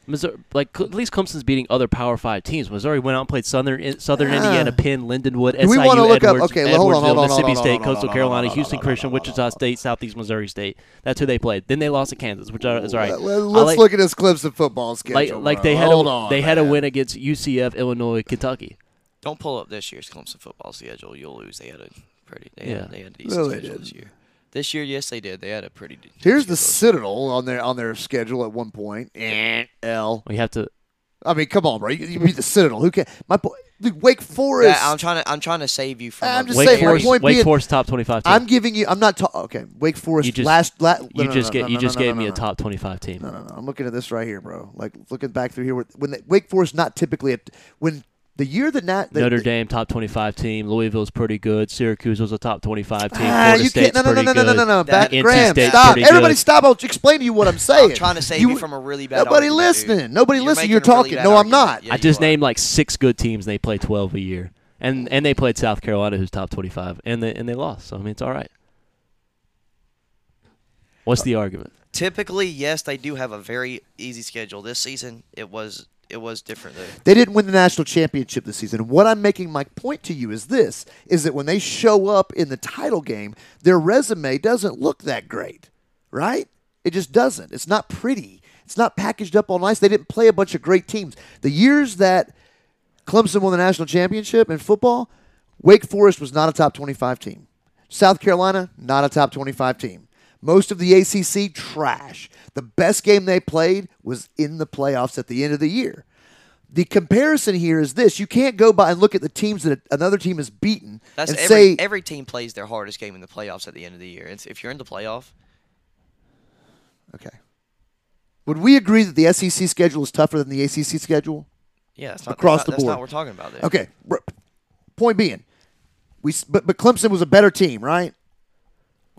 Speaker 3: Missouri, like cl- at least Clemson's beating other Power Five teams. Missouri went out and played Southern in- Southern
Speaker 2: Ah.
Speaker 3: Indiana, Penn, Lindenwood,
Speaker 2: Do we
Speaker 3: SIU,
Speaker 2: wanna look up-
Speaker 3: Edwards,
Speaker 2: okay, hold on, hold on, hold
Speaker 3: Edwardsville,
Speaker 2: on, hold
Speaker 3: Mississippi
Speaker 2: on, hold
Speaker 3: State,
Speaker 2: on,
Speaker 3: Coastal
Speaker 2: hold on, hold
Speaker 3: Carolina,
Speaker 2: on,
Speaker 3: Houston
Speaker 2: hold on,
Speaker 3: Christian,
Speaker 2: hold on, hold
Speaker 3: Wichita State, Southeast Missouri State. That's who they played. Then they lost to Kansas, which I- is all right.
Speaker 2: Let,
Speaker 3: I
Speaker 2: us
Speaker 3: like-
Speaker 2: look at this Clemson football schedule.
Speaker 3: like like they
Speaker 2: bro.
Speaker 3: had
Speaker 2: hold
Speaker 3: a,
Speaker 2: on.
Speaker 3: they had a
Speaker 2: man.
Speaker 3: win against UCF, Illinois, Kentucky.
Speaker 1: Don't pull up this year's Clemson football schedule. You'll lose. They had a pretty. They
Speaker 3: Yeah.
Speaker 1: had, they had a decent
Speaker 2: No, they
Speaker 1: schedule this
Speaker 2: didn't.
Speaker 1: year. This year, yes, they did. They had a pretty. de-
Speaker 2: Here's the
Speaker 1: schedule.
Speaker 2: Citadel on their on their schedule at one point. Eh, L.
Speaker 3: We have to.
Speaker 2: I mean, come on, bro. You, you beat the Citadel. Who can? My point. Dude, Wake Forest.
Speaker 1: Yeah, I'm trying to. I'm trying to save you from.
Speaker 2: I'm
Speaker 1: a
Speaker 2: just
Speaker 3: Wake
Speaker 2: saying, my
Speaker 3: Forest,
Speaker 1: mistake.
Speaker 2: point
Speaker 3: Wake
Speaker 2: being-
Speaker 3: Forest top twenty-five. Team.
Speaker 2: I'm giving you. I'm not talking. Okay, Wake Forest.
Speaker 3: You just-
Speaker 2: last. last no,
Speaker 3: you
Speaker 2: no,
Speaker 3: just
Speaker 2: no,
Speaker 3: get
Speaker 2: no,
Speaker 3: you
Speaker 2: no,
Speaker 3: just
Speaker 2: no, no,
Speaker 3: gave
Speaker 2: no,
Speaker 3: me a
Speaker 2: no.
Speaker 3: top twenty-five team.
Speaker 2: No, no, no. I'm looking at this right here, bro. Like looking back through here, where- when the, Wake Forest not typically at when the year that not the,
Speaker 3: Notre
Speaker 2: the-
Speaker 3: Dame top twenty-five team. Louisville's pretty good. Syracuse was a top twenty-five team.
Speaker 2: Ah,
Speaker 3: Florida
Speaker 2: you can't.
Speaker 3: State's
Speaker 2: No, no, no,
Speaker 3: pretty
Speaker 2: no, no, no,
Speaker 3: good.
Speaker 2: no, no.
Speaker 1: That-
Speaker 2: Back,
Speaker 3: NC
Speaker 2: Graham,
Speaker 3: State's
Speaker 2: stop.
Speaker 3: pretty
Speaker 2: Everybody,
Speaker 3: good.
Speaker 2: stop. I'll explain to you what I'm saying.
Speaker 1: I'm trying to save you, from a really bad.
Speaker 2: Nobody
Speaker 1: argument, dude.
Speaker 2: listening. Nobody
Speaker 1: You're
Speaker 2: listening.
Speaker 1: making
Speaker 2: You're
Speaker 1: a really
Speaker 2: talking.
Speaker 1: bad
Speaker 2: No, I'm
Speaker 1: argument.
Speaker 2: not.
Speaker 1: Yeah,
Speaker 3: I
Speaker 1: you are.
Speaker 3: just named like six good teams, and they play twelve a year, and and they played South Carolina, who's top twenty-five, and they and they lost. So I mean, it's all right.
Speaker 2: Uh,
Speaker 3: What's the argument?
Speaker 1: Typically, yes, they do have a very easy schedule. This season, it was it was different though.
Speaker 2: They didn't win the national championship this season. What I'm making my point to you is this: is that when they show up in the title game, their resume doesn't look that great, right? It just doesn't. It's not pretty. It's not packaged up all nice. They didn't play a bunch of great teams. The years that Clemson won the national championship in football, Wake Forest was not a top 25 team. South Carolina, not a top 25 team. Most of the ACC, trash. The best game they played was in the playoffs at the end of the year the comparison here is this: you can't go by and look at the teams that another team has beaten
Speaker 1: That's
Speaker 2: and
Speaker 1: every
Speaker 2: say
Speaker 1: every team plays their hardest game in the playoffs at the end of the year. It's, if you're in the playoff,
Speaker 2: okay. Would we agree that the SEC schedule is tougher than the ACC schedule?
Speaker 1: yeah, that's not that's
Speaker 2: Across the
Speaker 1: not- That's not
Speaker 2: board.
Speaker 1: what we're talking about. There.
Speaker 2: Okay. r- Point being, we s- but but Clemson was a better team, right?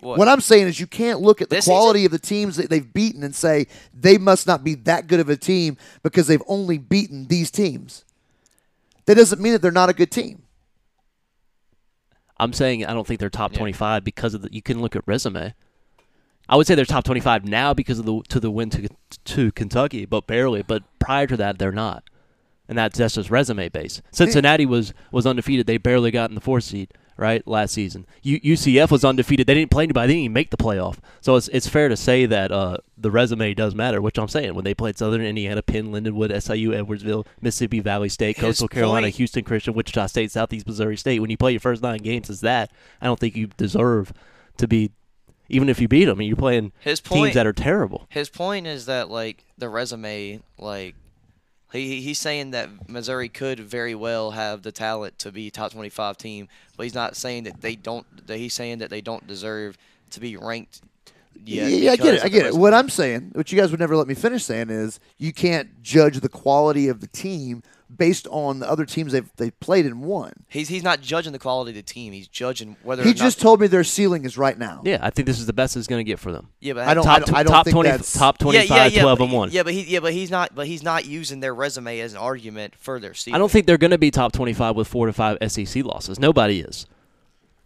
Speaker 1: What?
Speaker 2: I'm saying is you can't look at the
Speaker 1: This
Speaker 2: quality of the teams that they've beaten and say they must not be that good of a team because they've only beaten these teams. That doesn't mean that they're not a good team.
Speaker 3: I'm saying I don't think they're top
Speaker 1: Yeah.
Speaker 3: 25 because of the. You can look at resume. I would say they're top 25 now because of the to the win to to Kentucky, but barely. But prior to that, they're not, and that's that's just resume based. Cincinnati was was undefeated. They barely got in the fourth seed right last season. U- UCF was undefeated. They didn't play anybody. They didn't even make the playoff. So it's it's fair to say that uh, the resume does matter, which I'm saying when they played Southern Indiana, Penn, Lindenwood, SIU, Edwardsville, Mississippi Valley State,
Speaker 1: His
Speaker 3: Coastal Carolina,
Speaker 1: point-
Speaker 3: Houston Christian, Wichita State, Southeast Missouri State. When you play your first nine games, is that I don't think you deserve to be, even if you beat them. And you're playing
Speaker 1: His
Speaker 3: teams
Speaker 1: point-
Speaker 3: that are terrible.
Speaker 1: His point is that like the resume, like he he- he's saying that Missouri could very well have the talent to be a top twenty five team, but he's not saying that they don't. That he's saying that they don't deserve to be ranked.
Speaker 2: Yeah,
Speaker 1: Yet
Speaker 2: yeah, I get
Speaker 1: because
Speaker 2: it.
Speaker 1: of
Speaker 2: I
Speaker 1: the
Speaker 2: get it.
Speaker 1: resume.
Speaker 2: What I'm saying, what you guys would never let me finish saying is you can't judge the quality of the team based on the other teams they've they played and won.
Speaker 1: He's he's not judging the quality of the team. He's judging whether or
Speaker 2: He
Speaker 1: not
Speaker 2: just told me their ceiling is right now.
Speaker 3: Yeah, I think this is the best it's going to get for them.
Speaker 1: yeah, but
Speaker 2: I don't-
Speaker 3: top
Speaker 2: I
Speaker 3: tw- top
Speaker 2: think
Speaker 3: 20,
Speaker 2: that's-
Speaker 3: top 25, 12 and
Speaker 1: but-
Speaker 3: one.
Speaker 1: Yeah, but he yeah, but he's not but he's not using their resume as an argument for their season.
Speaker 3: I don't think they're going to be top 25 with four to five SEC losses. Nobody is.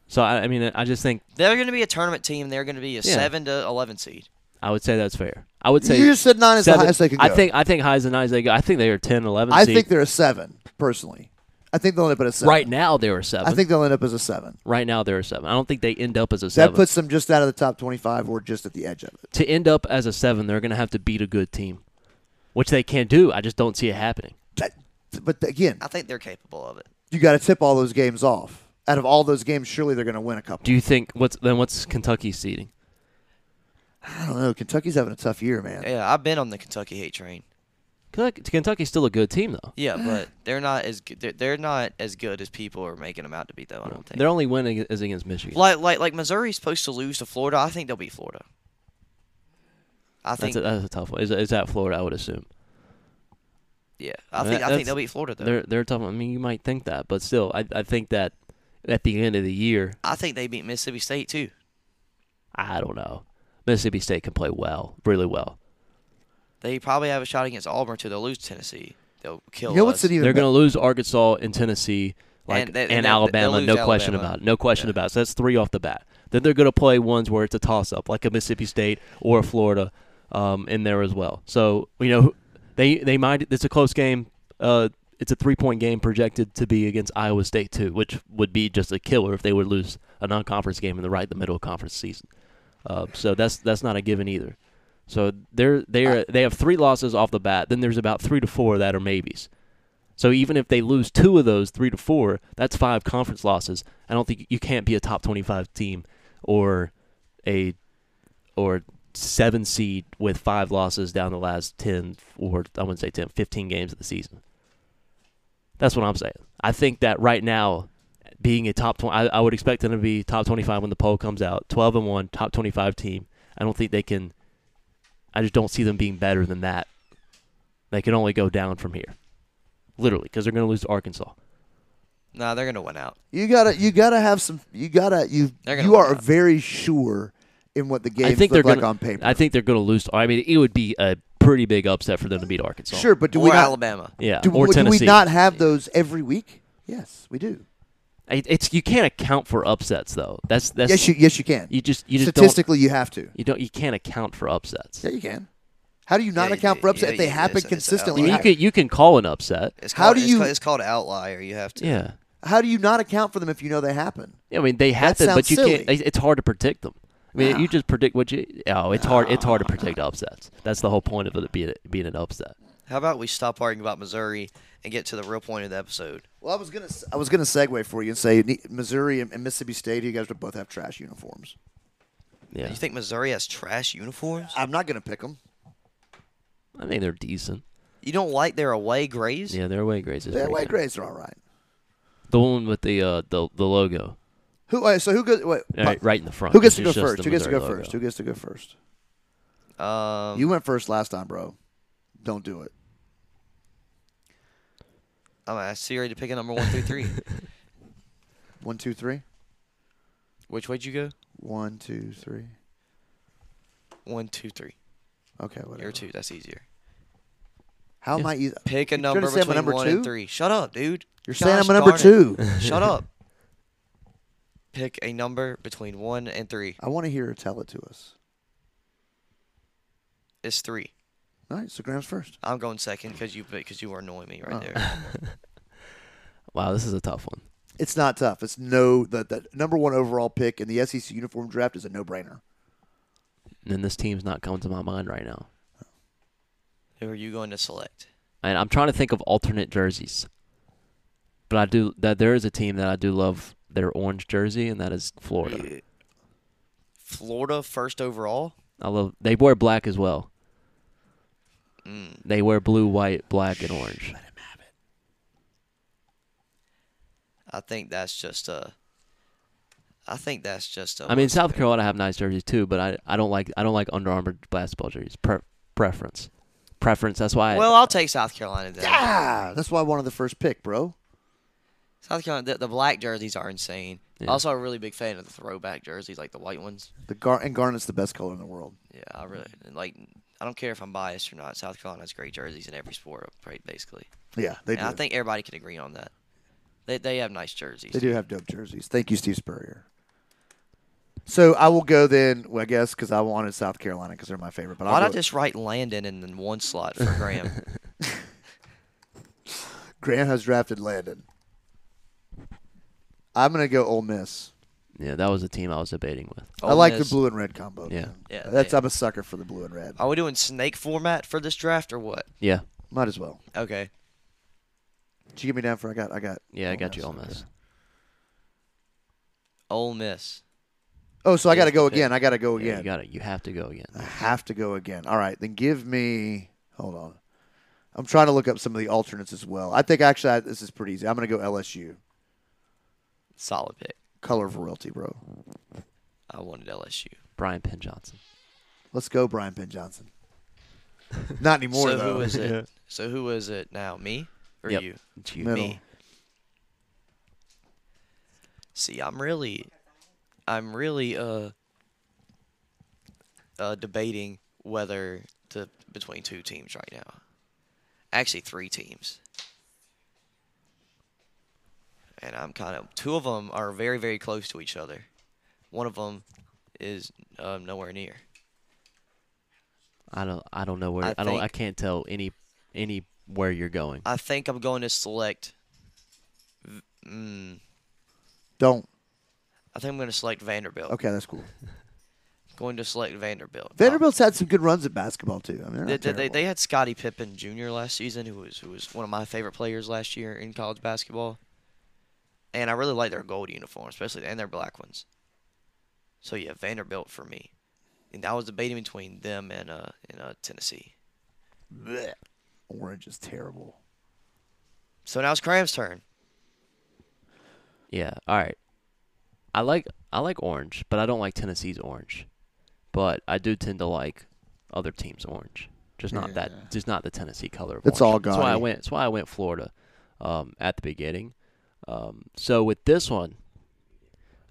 Speaker 3: So I, I mean, I just think
Speaker 1: they're going to be a tournament team. They're going to be a
Speaker 3: Yeah.
Speaker 1: seven to eleven seed.
Speaker 3: I would say that's fair. I would say
Speaker 2: You just said nine is the
Speaker 3: seven-
Speaker 2: highest they could
Speaker 3: I
Speaker 2: go.
Speaker 3: think I think high is the highest they go. I think they are 10, 11.
Speaker 2: I
Speaker 3: seed.
Speaker 2: think they're a seven, personally. I think they'll end up at a seven.
Speaker 3: right now they are seven.
Speaker 2: I think they'll end up as a seven.
Speaker 3: right now they're a seven. I don't think they end up as a
Speaker 2: That
Speaker 3: seven.
Speaker 2: puts them just out of the top twenty-five or just at the edge of it.
Speaker 3: to end up as a seven, they're going to have to beat a good team, which they can do. I just don't see it happening.
Speaker 2: That- but again,
Speaker 1: I think they're capable of it.
Speaker 2: you got to tip all those games off. Out of all those games, surely they're going to win a couple.
Speaker 3: Do you think what's then? What's Kentucky's seeding?
Speaker 2: I don't know. Kentucky's having a tough year, man.
Speaker 1: Yeah, I've been on the Kentucky hate train.
Speaker 3: Kentucky, Kentucky's still a good team though.
Speaker 1: Yeah, but they're not as good. They're, they're not as good as people are making them out to be, though. I don't think.
Speaker 3: Their only win ag- is against Michigan.
Speaker 1: like like like Missouri's supposed to lose to Florida. I think they'll beat Florida. I think
Speaker 3: That's a, that's a tough one. Is, is that Florida? I would assume.
Speaker 1: yeah. I
Speaker 3: That-
Speaker 1: think I think
Speaker 3: that's-
Speaker 1: they'll beat Florida though.
Speaker 3: They're they're tough. I mean, you might think that, but still, I I think that at the end of the year,
Speaker 1: I think they beat Mississippi State too.
Speaker 3: I don't know. Mississippi State can play well, really well.
Speaker 1: They probably have a shot against Auburn too. They'll lose to Tennessee. They'll kill.
Speaker 2: You know what's
Speaker 1: us.
Speaker 2: an even
Speaker 3: They're
Speaker 2: be-
Speaker 3: going to lose Arkansas and Tennessee, like
Speaker 1: And
Speaker 3: and,
Speaker 1: they- and they'll-
Speaker 3: Alabama,
Speaker 1: they'll
Speaker 3: no
Speaker 1: lose
Speaker 3: question
Speaker 1: Alabama.
Speaker 3: about, it, no question about. It. So that's three off the bat. Then they're going to play ones where it's a toss up, like a Mississippi State or a Florida, um, in there as well. So you know, they they might. It's a close game. Uh, it's a three point game projected to be against Iowa State too, which would be just a killer if they would lose a non conference game in the right in the middle of conference season. Uh, so that's that's not a given either. So they're they're they have three losses off the bat. Then there's about three to four that are maybes. So even if they lose two of those, three to four, that's five conference losses. I don't think you can't be a top twenty-five team or a or seven seed with five losses down the last ten or I wouldn't say 10, 15 games of the season. That's what I'm saying. I think that right now, being a top twenty, I, I would expect them to be top twenty-five when the poll comes out. Twelve and one, top twenty-five team. I don't think they can. I just don't see them being better than that. They can only go down from here literally, because they're going to lose to Arkansas.
Speaker 1: Nah, they're gonna win out.
Speaker 2: You gotta, you gotta have some. You gotta, you,
Speaker 1: They're gonna
Speaker 2: you
Speaker 1: win
Speaker 2: are
Speaker 1: out.
Speaker 2: very sure in what the games
Speaker 3: I think they're
Speaker 2: look like
Speaker 3: going to.
Speaker 2: on paper.
Speaker 3: I think they're going to lose. to- I mean, it would be a pretty big upset for them to beat Arkansas.
Speaker 2: sure, but do
Speaker 1: or
Speaker 2: we not?
Speaker 1: Alabama.
Speaker 3: Yeah.
Speaker 2: Do,
Speaker 3: or
Speaker 2: do
Speaker 3: Tennessee.
Speaker 2: we not have those every week? Yes, we do.
Speaker 3: It- It's you can't account for upsets though. That's that's.
Speaker 2: yes, you, yes, you can.
Speaker 3: you just you just don't.
Speaker 2: Statistically, you have to.
Speaker 3: You don't. You can't account for upsets.
Speaker 2: Yeah, you can. How do you not
Speaker 1: Yeah, you
Speaker 2: account
Speaker 1: do.
Speaker 2: for upset
Speaker 1: Yeah,
Speaker 2: if they
Speaker 1: you do.
Speaker 2: happen
Speaker 1: It's- it's
Speaker 2: consistently?
Speaker 3: I mean, you
Speaker 1: Yeah.
Speaker 3: can you can call an upset.
Speaker 1: It's
Speaker 2: How
Speaker 1: called,
Speaker 2: do
Speaker 1: it's
Speaker 2: you-
Speaker 1: ca- It's called outlier. You have to.
Speaker 3: Yeah.
Speaker 2: How do you not account for them if you know they happen?
Speaker 3: Yeah, I mean they happen,
Speaker 2: sounds
Speaker 3: but you can't.
Speaker 2: silly. Ah.
Speaker 3: it- It's hard to predict them. I mean, you just predict what you. Oh, it's hard. It's hard to predict upsets. That's the whole point of it being being an upset.
Speaker 1: How about we stop arguing about Missouri and get to the real point of the episode?
Speaker 2: Well, I was gonna, s- I was gonna segue for you and say Ne- Missouri and, and Mississippi State. You guys would both have trash uniforms.
Speaker 3: Yeah,
Speaker 1: You think Missouri has trash uniforms?
Speaker 2: I'm not gonna pick them.
Speaker 3: I think they're decent.
Speaker 1: You don't like their away grays?
Speaker 3: Yeah, their away grades is
Speaker 2: Their
Speaker 3: pretty
Speaker 2: white
Speaker 3: good.
Speaker 2: grades are all right.
Speaker 3: The one with the uh the the logo.
Speaker 2: Who? uh, So who goes? Wait, my-
Speaker 3: All right, right in the front.
Speaker 2: Who gets to go
Speaker 3: It's just
Speaker 2: first?
Speaker 3: the
Speaker 2: Who gets to go
Speaker 3: Missouri logo.
Speaker 2: first? Who gets to go first?
Speaker 1: Um,
Speaker 2: You went first last time, bro. Don't do it.
Speaker 1: I'm gonna ask Siri to pick a number one through three.
Speaker 2: One, two, three.
Speaker 1: Which way'd you go?
Speaker 2: One, two, three.
Speaker 1: One, two, three.
Speaker 2: Okay, whatever.
Speaker 1: Or two. That's easier.
Speaker 2: How am I? Either?
Speaker 1: Pick a
Speaker 2: You're trying to
Speaker 1: number
Speaker 2: say I'm a
Speaker 1: between
Speaker 2: number
Speaker 1: one
Speaker 2: two?
Speaker 1: and three. Shut up, dude.
Speaker 2: You're saying I'm
Speaker 1: Gosh
Speaker 2: a number
Speaker 1: darn
Speaker 2: two.
Speaker 1: it. Shut up. Pick a number between one and three.
Speaker 2: I want to hear her tell it to us.
Speaker 1: It's three.
Speaker 2: All right, so Graham's first.
Speaker 1: I'm going second because you because you were annoying me right
Speaker 2: Oh.
Speaker 1: there.
Speaker 3: Wow, this is a tough one.
Speaker 2: It's not tough. It's no the, the number one overall pick in the SEC uniform draft is a no brainer.
Speaker 3: And this team's not coming to my mind right now.
Speaker 1: Who are you going to select?
Speaker 3: And I'm trying to think of alternate jerseys. But I do that there is a team that I do love their orange jersey and that is Florida.
Speaker 1: Florida first overall.
Speaker 3: I love they wear black as well. They wear blue, white, black and orange.
Speaker 1: I think that's just a. I think that's just a.
Speaker 3: I mean
Speaker 1: what's
Speaker 3: South
Speaker 1: it-
Speaker 3: Carolina have nice jerseys too, but I I don't like I don't like Under Armour basketball jerseys. Pre- preference. Preference. That's why
Speaker 1: Well, I'll take South Carolina then.
Speaker 2: Ah, that's why I wanted the first pick, bro.
Speaker 1: South Carolina, the, the black jerseys are insane.
Speaker 3: Yeah.
Speaker 1: Also, a really big fan of the throwback jerseys, like the white ones.
Speaker 2: The gar- and garnet's the best color in the world.
Speaker 1: Yeah, I really like. I don't care if I'm biased or not. South Carolina has great jerseys in every sport, right, basically.
Speaker 2: Yeah, they
Speaker 1: and
Speaker 2: do.
Speaker 1: I think everybody can agree on that. They they have nice jerseys.
Speaker 2: They do have dope jerseys. Thank you, Steve Spurrier. So I will go then, well, I guess, because I wanted South Carolina because they're my favorite. But
Speaker 1: Why'd I
Speaker 2: I'll go-
Speaker 1: just write Landon in then one slot for Graham?
Speaker 2: Graham has drafted Landon. I'm gonna go Ole Miss.
Speaker 3: Yeah, that was a team I was debating with.
Speaker 2: I
Speaker 1: Ole
Speaker 2: like
Speaker 1: Miss.
Speaker 2: the blue and red combo.
Speaker 3: Yeah.
Speaker 2: man.
Speaker 1: Yeah,
Speaker 2: That's
Speaker 1: they-
Speaker 2: I'm a sucker for the blue and red.
Speaker 1: Are we doing snake format for this draft or what?
Speaker 3: Yeah.
Speaker 2: Might as well.
Speaker 1: Okay.
Speaker 2: Did you get me down for I got I got
Speaker 3: Yeah, I got you
Speaker 2: Ole
Speaker 3: Ole
Speaker 2: Miss.
Speaker 3: Miss.
Speaker 1: Ole Miss.
Speaker 2: Oh, so I
Speaker 1: Here's
Speaker 2: gotta go
Speaker 1: the pick.
Speaker 2: again. I gotta go
Speaker 3: Yeah,
Speaker 2: again.
Speaker 3: you got it. You have to go again.
Speaker 2: I have to go again. All right, then give me. Hold on. I'm trying to look up some of the alternates as well. I think actually I, this is pretty easy. I'm going to go LSU.
Speaker 1: Solid pick.
Speaker 2: Color Virility, bro.
Speaker 1: I wanted LSU.
Speaker 3: Brian Penn Johnson.
Speaker 2: Let's go, Brian Penn Johnson. Not anymore,
Speaker 1: so
Speaker 2: though.
Speaker 1: who is it? So who is it now? Me or
Speaker 3: Yep.
Speaker 1: you?
Speaker 3: It's you.
Speaker 2: Middle.
Speaker 1: Me. See, I'm really, I'm really uh, uh, debating whether to between two teams right now. Actually, three teams. And I'm kind of two of them are very very close to each other. One of them is um, nowhere near.
Speaker 3: I don't. I don't know where.
Speaker 1: I
Speaker 3: I, don't.
Speaker 1: think-
Speaker 3: I can't tell any any where you're going.
Speaker 1: I think I'm going to select. v- Mm,
Speaker 2: Don't.
Speaker 1: I think I'm going to select Vanderbilt.
Speaker 2: Okay, that's cool.
Speaker 1: Going to select Vanderbilt.
Speaker 2: Vanderbilt's had some good runs at basketball too. I mean,
Speaker 1: They,
Speaker 2: they're not
Speaker 1: they, they,
Speaker 2: terrible.
Speaker 1: they had Scottie Pippen Jr. last season, who was who was one of my favorite players last year in college basketball. And I really like their gold uniform, especially and their black ones. So yeah, Vanderbilt for me. And I was debating between them and uh and uh Tennessee.
Speaker 2: Blech. Orange is terrible.
Speaker 1: So now it's Cram's turn.
Speaker 3: Yeah. All right. I like I like orange, but I don't like Tennessee's orange. But I do tend to like other teams' orange. Just not that. Just not the Tennessee color. Of
Speaker 2: It's
Speaker 3: orange.
Speaker 2: all
Speaker 3: That's why I
Speaker 2: gaudy.
Speaker 3: went. That's why I went Florida um, at the beginning. Um, so with this one,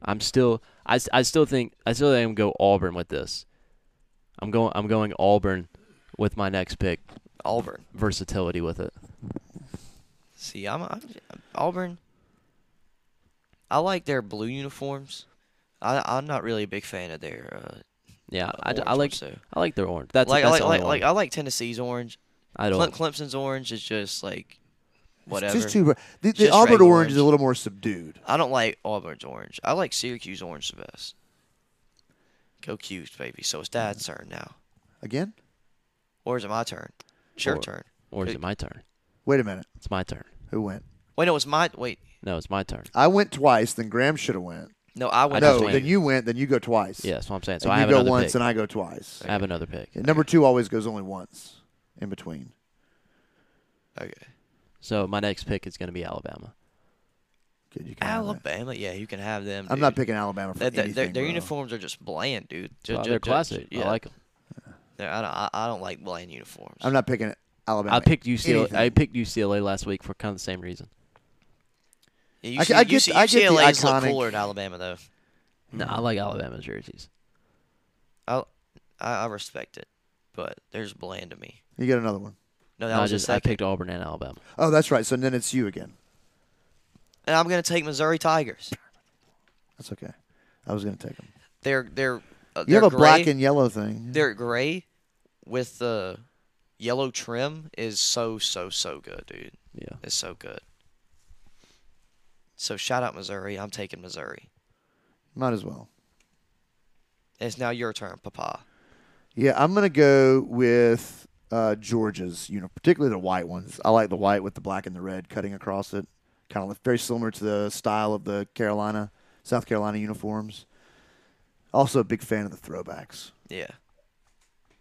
Speaker 3: I'm still. I, s- I still think I still think I'm gonna go Auburn with this. I'm going. I'm going Auburn with my next pick.
Speaker 1: Auburn.
Speaker 3: Versatility with it.
Speaker 1: See, I'm, I'm Auburn. I like their blue uniforms. I I'm not really a big fan of their uh,
Speaker 3: Yeah,
Speaker 1: uh,
Speaker 3: I, d- I
Speaker 1: orange
Speaker 3: like
Speaker 1: ones, though.
Speaker 3: I like their orange. That's
Speaker 1: like I
Speaker 3: that's
Speaker 1: like
Speaker 3: the
Speaker 1: like,
Speaker 3: only
Speaker 1: like uh,
Speaker 3: one.
Speaker 1: I like Tennessee's orange.
Speaker 3: I
Speaker 1: Cle-
Speaker 3: don't.
Speaker 1: Clemson's orange is just like whatever.
Speaker 2: Just too. The, the
Speaker 1: Just
Speaker 2: Auburn
Speaker 1: regular
Speaker 2: orange is a
Speaker 1: orange.
Speaker 2: little more subdued.
Speaker 1: I don't like Auburn's orange. I like Syracuse orange the best. Go Cubes, baby. So it's
Speaker 2: Mm.
Speaker 1: Dad's turn now,
Speaker 2: Again?
Speaker 1: or is it my turn? It's your
Speaker 3: Or-
Speaker 1: turn.
Speaker 3: Or is
Speaker 1: Pick-
Speaker 3: it my turn?
Speaker 2: Wait a minute.
Speaker 3: It's my turn.
Speaker 2: Who went?
Speaker 1: Wait, no, it's my wait.
Speaker 3: No, it's my turn.
Speaker 2: I went twice. Then Graham should have went.
Speaker 1: No, I went.
Speaker 3: just
Speaker 2: No,
Speaker 1: after
Speaker 3: went.
Speaker 1: you.
Speaker 2: then you went. Then you go twice.
Speaker 3: Yeah, that's what I'm saying. So
Speaker 2: And
Speaker 3: I have
Speaker 2: you go
Speaker 3: another
Speaker 2: once,
Speaker 3: pick.
Speaker 2: and I go twice.
Speaker 3: I have another pick.
Speaker 2: And number two always goes only once in between.
Speaker 1: Okay.
Speaker 3: So my next pick is going to be Alabama.
Speaker 2: Good, you can have that.
Speaker 1: Alabama, yeah, you can have them.
Speaker 2: I'm
Speaker 1: dude.
Speaker 2: not picking Alabama for
Speaker 1: Their, their-
Speaker 2: anything.
Speaker 1: their, their
Speaker 2: bro.
Speaker 1: uniforms are just bland, dude. Ju-
Speaker 3: Well,
Speaker 1: ju-
Speaker 3: they're
Speaker 1: ju-
Speaker 3: classic.
Speaker 1: Yeah.
Speaker 3: I like them.
Speaker 1: They're- I don't, I- I don't like bland uniforms.
Speaker 2: I'm not picking Alabama.
Speaker 3: I picked UCLA. I
Speaker 2: anything.
Speaker 3: picked UCLA last week for kind of the same reason.
Speaker 1: Yeah,
Speaker 2: I
Speaker 1: UC,
Speaker 2: get- I get
Speaker 1: UC,
Speaker 2: the- I get the
Speaker 1: UCLA's look
Speaker 2: iconic-
Speaker 1: cooler in Alabama though.
Speaker 3: No, I like Alabama jerseys.
Speaker 1: I, I I respect it, but they're just bland to me.
Speaker 2: You get another one.
Speaker 1: No, that
Speaker 3: No, I
Speaker 1: was just
Speaker 3: just I picked Auburn and Alabama.
Speaker 2: Oh, that's right. So then it's you again.
Speaker 1: and I'm gonna take Missouri Tigers.
Speaker 2: That's okay. I was going to take them.
Speaker 1: They're they're uh,
Speaker 2: You
Speaker 1: they're
Speaker 2: have a black
Speaker 1: gray-
Speaker 2: and yellow thing.
Speaker 1: They're gray with the yellow trim is so so so good, dude.
Speaker 3: Yeah.
Speaker 1: It's so good. So shout out Missouri. I'm taking Missouri.
Speaker 2: Might as well.
Speaker 1: It's now your turn, Papa.
Speaker 2: Yeah, I'm gonna go with uh, Georgia's. You know, particularly the white ones. I like the white with the black and the red cutting across it. Kind of very similar to the style of the Carolina, South Carolina uniforms. Also, a big fan of the throwbacks.
Speaker 1: Yeah.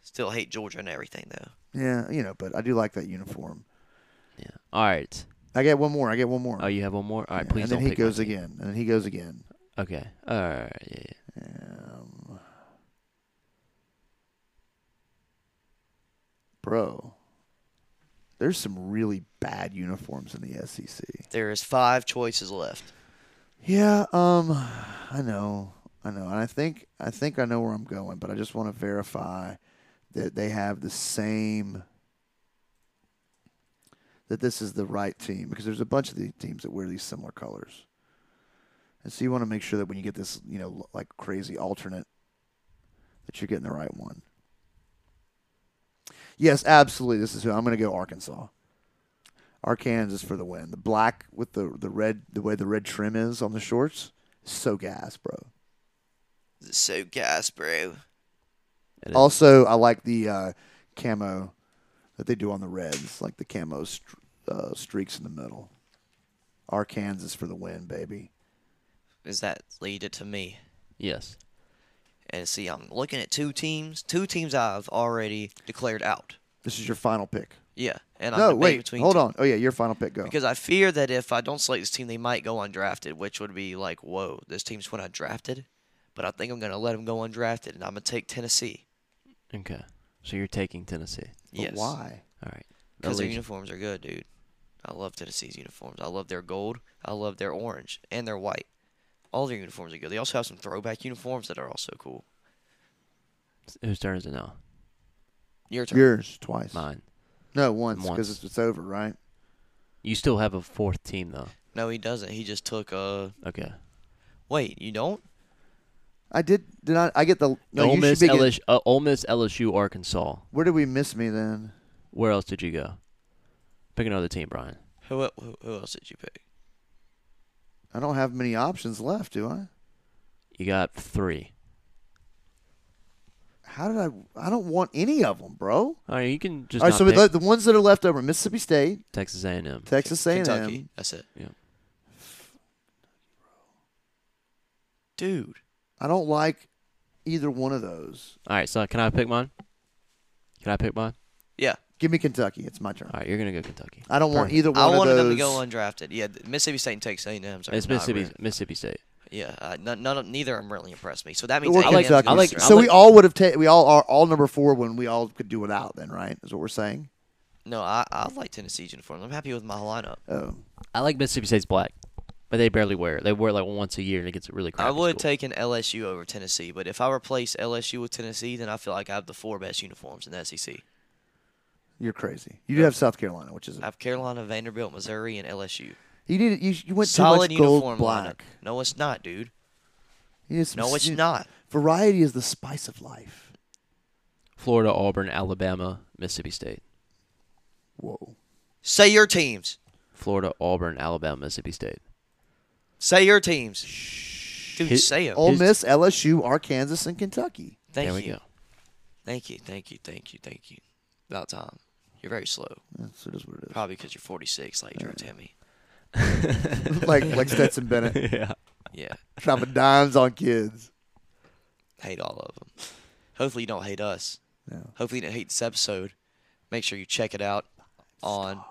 Speaker 1: Still hate Georgia and everything though.
Speaker 2: Yeah, you know, but I do like that uniform.
Speaker 3: Yeah. All right.
Speaker 2: I get one more. I get one more.
Speaker 3: Oh, you have one more. All right.
Speaker 2: Yeah,
Speaker 3: please
Speaker 2: and
Speaker 3: don't
Speaker 2: then he
Speaker 3: pick my
Speaker 2: goes
Speaker 3: team.
Speaker 2: again, and then he goes again.
Speaker 3: Okay. All right. Yeah. yeah.
Speaker 2: Um, bro, there's some really bad uniforms in the SEC.
Speaker 1: There is five choices left.
Speaker 2: Yeah, um, I know, I know, and I think I think I know where I'm going, but I just want to verify that they have the same that this is the right team because there's a bunch of the teams that wear these similar colors, and so you want to make sure that when you get this, you know, l- like crazy alternate, that you're getting the right one. Yes, absolutely. This is who I'm going to go. Arkansas. Arkansas for the win. The black with the the red, the way the red trim is on the shorts, so gas, bro.
Speaker 1: So gas, bro.
Speaker 3: It is-
Speaker 2: Also, I like the uh, camo that they do on the reds, like the camo str uh, streaks in the middle. Arkansas for the win, baby.
Speaker 1: Is that lead it to me?
Speaker 3: yes.
Speaker 1: And see, I'm looking at two teams. Two teams I've already declared out.
Speaker 2: This is your final pick.
Speaker 1: Yeah, and I'm
Speaker 2: No,
Speaker 1: debating
Speaker 2: wait,
Speaker 1: between
Speaker 2: hold
Speaker 1: two-
Speaker 2: on. Oh yeah, your final pick go.
Speaker 1: because I fear that if I don't select this team, they might go undrafted, which would be like, whoa, this team's when I drafted. But I think I'm gonna let them go undrafted, and I'm gonna take Tennessee.
Speaker 3: Okay. So you're taking Tennessee.
Speaker 2: But
Speaker 1: yes,
Speaker 2: Why?
Speaker 3: All right. That
Speaker 1: Because their
Speaker 3: leaves-
Speaker 1: uniforms are good, dude. I love Tennessee's uniforms. I love their gold. I love their orange and their white. All their uniforms are good. They also have some throwback uniforms that are also cool.
Speaker 3: whose turn is it now?
Speaker 1: Your turn.
Speaker 2: Yours twice.
Speaker 3: Mine.
Speaker 2: No, once
Speaker 3: Once.
Speaker 2: because it's, it's over, right?
Speaker 3: You still have a fourth team though.
Speaker 1: no, he doesn't. He just took a.
Speaker 3: Okay.
Speaker 1: Wait, you don't?
Speaker 2: I did. Did I? I get the. No,
Speaker 3: Ole
Speaker 2: you
Speaker 3: Miss,
Speaker 2: should be get-
Speaker 3: LSU, uh, Ole Miss, LSU, Arkansas.
Speaker 2: Where did we miss me then?
Speaker 3: Where else did you go? Pick another team, Brian.
Speaker 1: Who el- who, who else did you pick?
Speaker 2: I don't have many options left, do I?
Speaker 3: You got three.
Speaker 2: How did I? I don't want any of them, bro.
Speaker 3: All right, you can just
Speaker 2: All right,
Speaker 3: not
Speaker 2: so we
Speaker 3: pick
Speaker 2: let the ones that are left over: Mississippi State,
Speaker 3: Texas A&M.
Speaker 2: Texas A&M.
Speaker 1: Kentucky. That's it.
Speaker 3: Yeah.
Speaker 1: Dude,
Speaker 2: I don't like either one of those.
Speaker 3: All right, so can I pick mine? Can I pick mine?
Speaker 1: yeah.
Speaker 2: Give me Kentucky. It's my turn.
Speaker 3: All right, you're gonna go Kentucky.
Speaker 2: I don't want
Speaker 3: Perfect.
Speaker 2: either one
Speaker 1: I
Speaker 2: of
Speaker 1: wanted
Speaker 2: those.
Speaker 1: them to go undrafted. Yeah, th- Mississippi State and Texas A&M. are
Speaker 3: It's
Speaker 1: not
Speaker 3: Mississippi,
Speaker 1: really-
Speaker 3: Mississippi State.
Speaker 1: Yeah, uh, none, none of, neither of them really impressed me. So that means
Speaker 2: Or
Speaker 1: A&M's
Speaker 3: like-
Speaker 2: Kentucky.
Speaker 1: gonna
Speaker 3: I like-
Speaker 1: be
Speaker 2: so
Speaker 1: strong.
Speaker 2: we all would have taken. We all are all number four when we all could do without. Then, right? Is what we're saying.
Speaker 1: no, I, I like Tennessee's uniforms. I'm happy with my lineup.
Speaker 2: Oh,
Speaker 3: I like Mississippi State's black, but they barely wear it. They wear it like once a year, and it gets really crappy.
Speaker 1: I would
Speaker 3: school.
Speaker 1: take an LSU over Tennessee, but if I replace LSU with Tennessee, then I feel like I have the four best uniforms in the E SEC.
Speaker 2: you're crazy. You do have South Carolina, which is
Speaker 1: I have Carolina, Vanderbilt, Missouri, and LSU.
Speaker 2: you need. You, you went
Speaker 1: Solid
Speaker 2: too much gold
Speaker 1: uniform
Speaker 2: black.
Speaker 1: lineup. No, it's not, dude.
Speaker 2: You need some-
Speaker 1: No, it's
Speaker 2: you-
Speaker 1: not.
Speaker 2: Variety is the spice of life.
Speaker 3: Florida, Auburn, Alabama, Mississippi State.
Speaker 2: Whoa.
Speaker 1: Say your teams.
Speaker 3: Florida, Auburn, Alabama, Mississippi State.
Speaker 1: Say your teams. Dude,
Speaker 3: Hit-
Speaker 1: say 'em.
Speaker 2: Ole
Speaker 3: Here's-
Speaker 2: Miss, LSU, Arkansas, and Kentucky.
Speaker 1: Thank
Speaker 3: there we
Speaker 1: you.
Speaker 3: go.
Speaker 1: Thank you. Thank you. Thank you. Thank you. About time. You're very slow.
Speaker 2: That's it is what it
Speaker 1: Probably because you're 46, like Drew Timmy.
Speaker 2: is. like like Stetson Bennett
Speaker 3: yeah.
Speaker 1: Yeah.
Speaker 2: dropping dimes on kids.
Speaker 1: Hate all of them. Hopefully you don't hate us.
Speaker 2: No.
Speaker 1: Hopefully you didn't hate this episode. Make sure you check it out on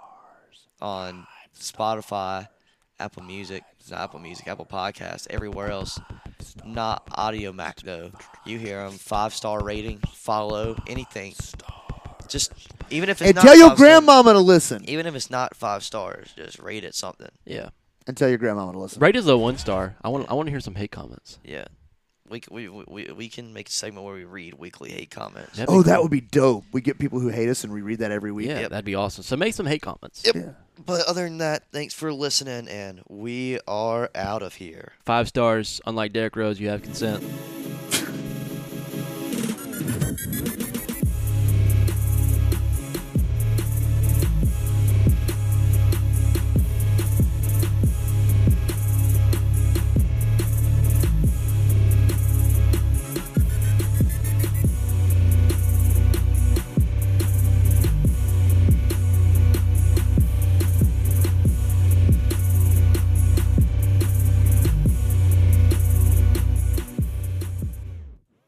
Speaker 1: on Spotify, Apple Music, not Apple Music, Apple Podcasts, everywhere else. Not Audio Mac though. You hear them. Five star rating, follow, anything. Just even if it's
Speaker 2: And
Speaker 1: not
Speaker 2: tell your
Speaker 1: five star-
Speaker 2: grandmama to listen.
Speaker 1: even if it's not five stars, just rate it something.
Speaker 3: Yeah.
Speaker 2: And tell your grandmama to listen.
Speaker 3: Rate is a one star. I want. I want to hear some hate comments.
Speaker 1: Yeah. We, c- we, we, we can make a segment where we read weekly hate comments.
Speaker 3: That'd be
Speaker 2: Oh, that
Speaker 3: cool.
Speaker 2: would be dope. We get people who hate us and we read that every week.
Speaker 3: Yeah,
Speaker 1: Yep.
Speaker 3: that'd be awesome. So make some hate comments.
Speaker 2: Yeah.
Speaker 1: But other than that, thanks for listening, and we are out of here.
Speaker 3: Five stars. Unlike Derrick Rose, you have consent.